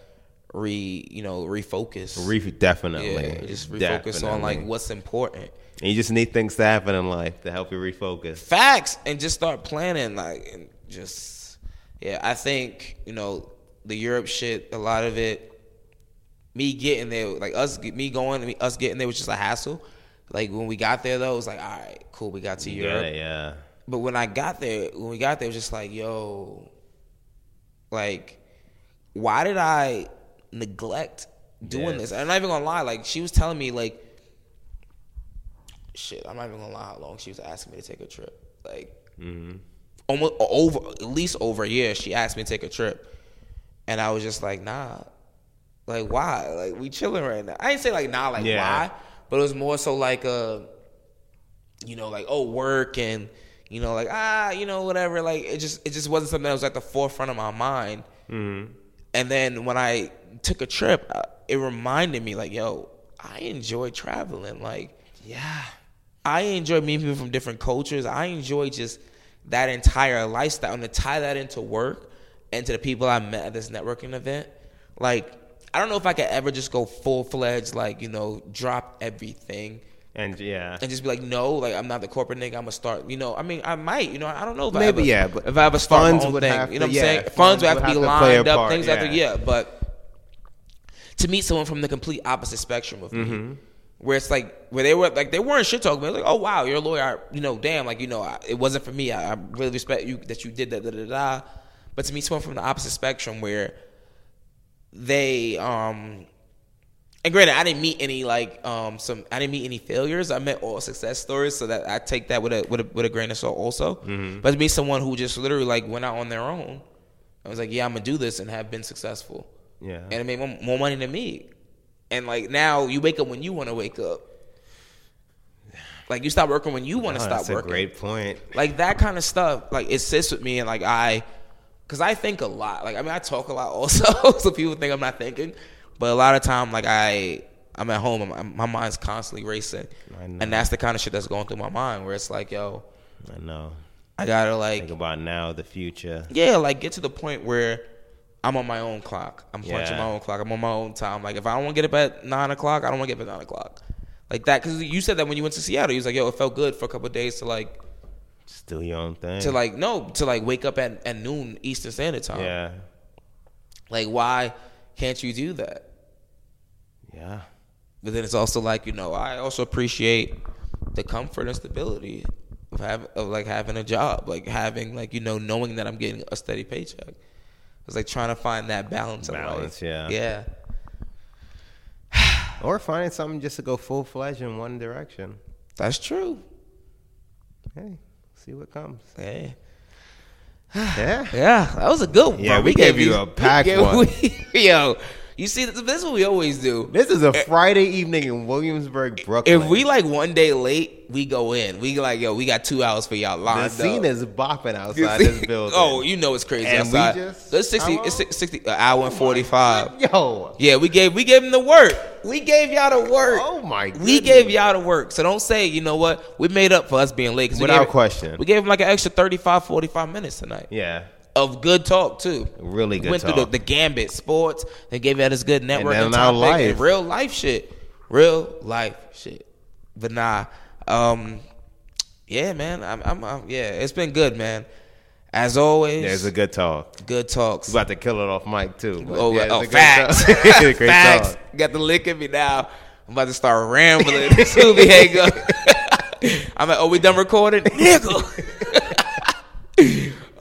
re, you know, refocus. Re- definitely. yeah, just refocus on like Definitely. what's important. And you just need things to happen in life to help you refocus. facts and just start planning like and just yeah i think you know the europe shit a lot of it me getting there like us me going me- us getting there was just a hassle like when we got there though it was like all right cool we got to europe Yeah, yeah. but when i got there when we got there it was just like yo like why did i neglect doing Yeah. this i'm not even gonna lie like she was telling me like shit, I'm not even gonna lie how long she was asking me to take a trip. Like almost over at least over a year, she asked me to take a trip. And I was just like, nah. Like why? Like we chilling right now. I didn't say like nah, like Yeah. why? But it was more so like uh you know, like oh work and you know, like ah, you know, whatever. Like it just it just wasn't something that was at the forefront of my mind. And then when I took a trip, uh, it reminded me like, yo, I enjoy traveling. Like, yeah, I enjoy meeting people from different cultures. I enjoy just that entire lifestyle. And to tie that into work and to the people I met at this networking event, like, I don't know if I could ever just go full fledged, like, you know, drop everything And yeah. and just be like, no, like I'm not the corporate nigga. I'm gonna start. You know, I mean, I might. You know, I don't know. If I ever, Maybe, yeah, but if I ever start funds my own would thing, have you know what I'm to- yeah, saying? Funds, would have to be play a lined up. part, things have to, yeah. yeah. But to meet someone from the complete opposite spectrum of Mm-hmm. me, where it's like where they were like they weren't shit talking, but like, oh wow, you're a lawyer. I- you know, damn, like you know, I, it wasn't for me. I, I really respect you that you did that. Da da da. da. But to meet someone from the opposite spectrum, where they um and granted i didn't meet any like um some i didn't meet any failures i met all success stories so that i take that with a with a, with a grain of salt also Mm-hmm. but to meet someone who just literally like went out on their own i was like yeah i'm gonna do this and have been successful Yeah. and it made more, more money than me and like now you wake up when you want to wake up like you stop working when you want to Oh, stop that's working a great point. like that kind of stuff like it sits with me and like i because i think a lot like i mean i talk a lot also so people think i'm not thinking but a lot of time like i i'm at home I'm- I'm, my mind's constantly racing I know. and that's the kind of shit that's going through my mind where it's like yo I know. i gotta like Think about now, the future. yeah like get to the point where i'm on my own clock i'm punching Yeah. my own clock i'm on my own time like if i don't want to get up at nine o'clock i don't want to get up at nine o'clock like that because you said that when you went to seattle you was like yo it felt good for a couple of days to like Just do your own thing. to like no to like wake up at, at noon Eastern Standard Time. yeah. Like why can't you do that? Yeah. But then it's also like you know I also appreciate the comfort and stability of having of like having a job, like having like you know knowing that I'm getting a steady paycheck. It's like trying to find that balance. in life. Balance, yeah. Yeah. Or finding something just to go full fledged in one direction. That's true. Hey, see what comes. Yeah. Yeah. Yeah, that was a good one. Yeah, bro. we gave you these- a packed we gave- one. we- yo, You see, this this is what we always do. This is a Friday evening in Williamsburg, Brooklyn. If we like one day late, we go in. We like, yo, we got two hours for y'all the lined scene up. is bopping outside this building. Oh, you know it's crazy And we outside. just- it's sixty. how It's long? six- sixty. An hour and forty-five. yo, Yeah, we gave we gave them the work. We gave y'all the work. Oh, my We goodness. gave y'all the work. So don't say, you know what? We made up for us being late. 'cause we Without gave- question. We gave them like an extra 35, 45 minutes tonight yeah. of good talk too. Really good Went through talk. the, the gambit sports. They gave us this good network then and, our topic life. and real life shit. Real life shit. But nah, um, yeah, man. I'm, I'm, I'm, yeah. It's been good, man. As always, There's a good talk. good talks. We're about to kill it off mic too. but Oh, yeah, yeah, it's oh a good facts. talk. Great talk. facts. Got the lick in me now. I'm about to start rambling. Soon we hang up. I'm like, oh, we done recording? Nigga.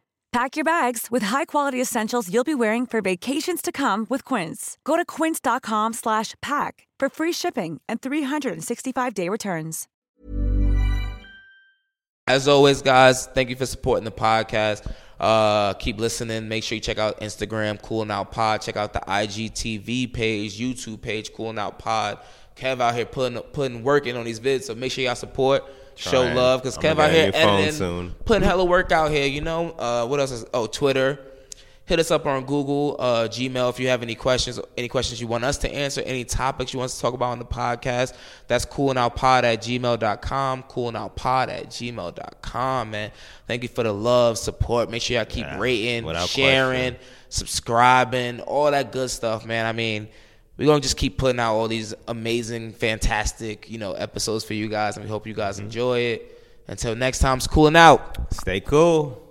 Pack your bags with high-quality essentials you'll be wearing for vacations to come with Quince. Go to quince.com/pack slash pack for free shipping and 365-day returns. As always, guys, thank you for supporting the podcast. Uh, keep listening. Make sure you check out Instagram, Cooling Out Pod. Check out the IGTV page, YouTube page, Cooling Out Pod. Kev out here putting putting work in on these vids, so make sure y'all support, show Trying. love, because I'm Kev gonna out get here on your phone editing, soon. putting hella work out here. You know, uh, what else is? Oh, Twitter. Hit us up on Google, uh, Gmail if you have any questions, any questions you want us to answer, any topics you want us to talk about on the podcast. That's coolingoutpod at gmail.com, coolingoutpod at gmail.com, man. Thank you for the love, support. Make sure y'all keep rating, without sharing, subscribing, all that good stuff, man. I mean, we're going to just keep putting out all these amazing, fantastic, you know, episodes for you guys, and we hope you guys enjoy it. Until next time, it's cooling out. Stay cool.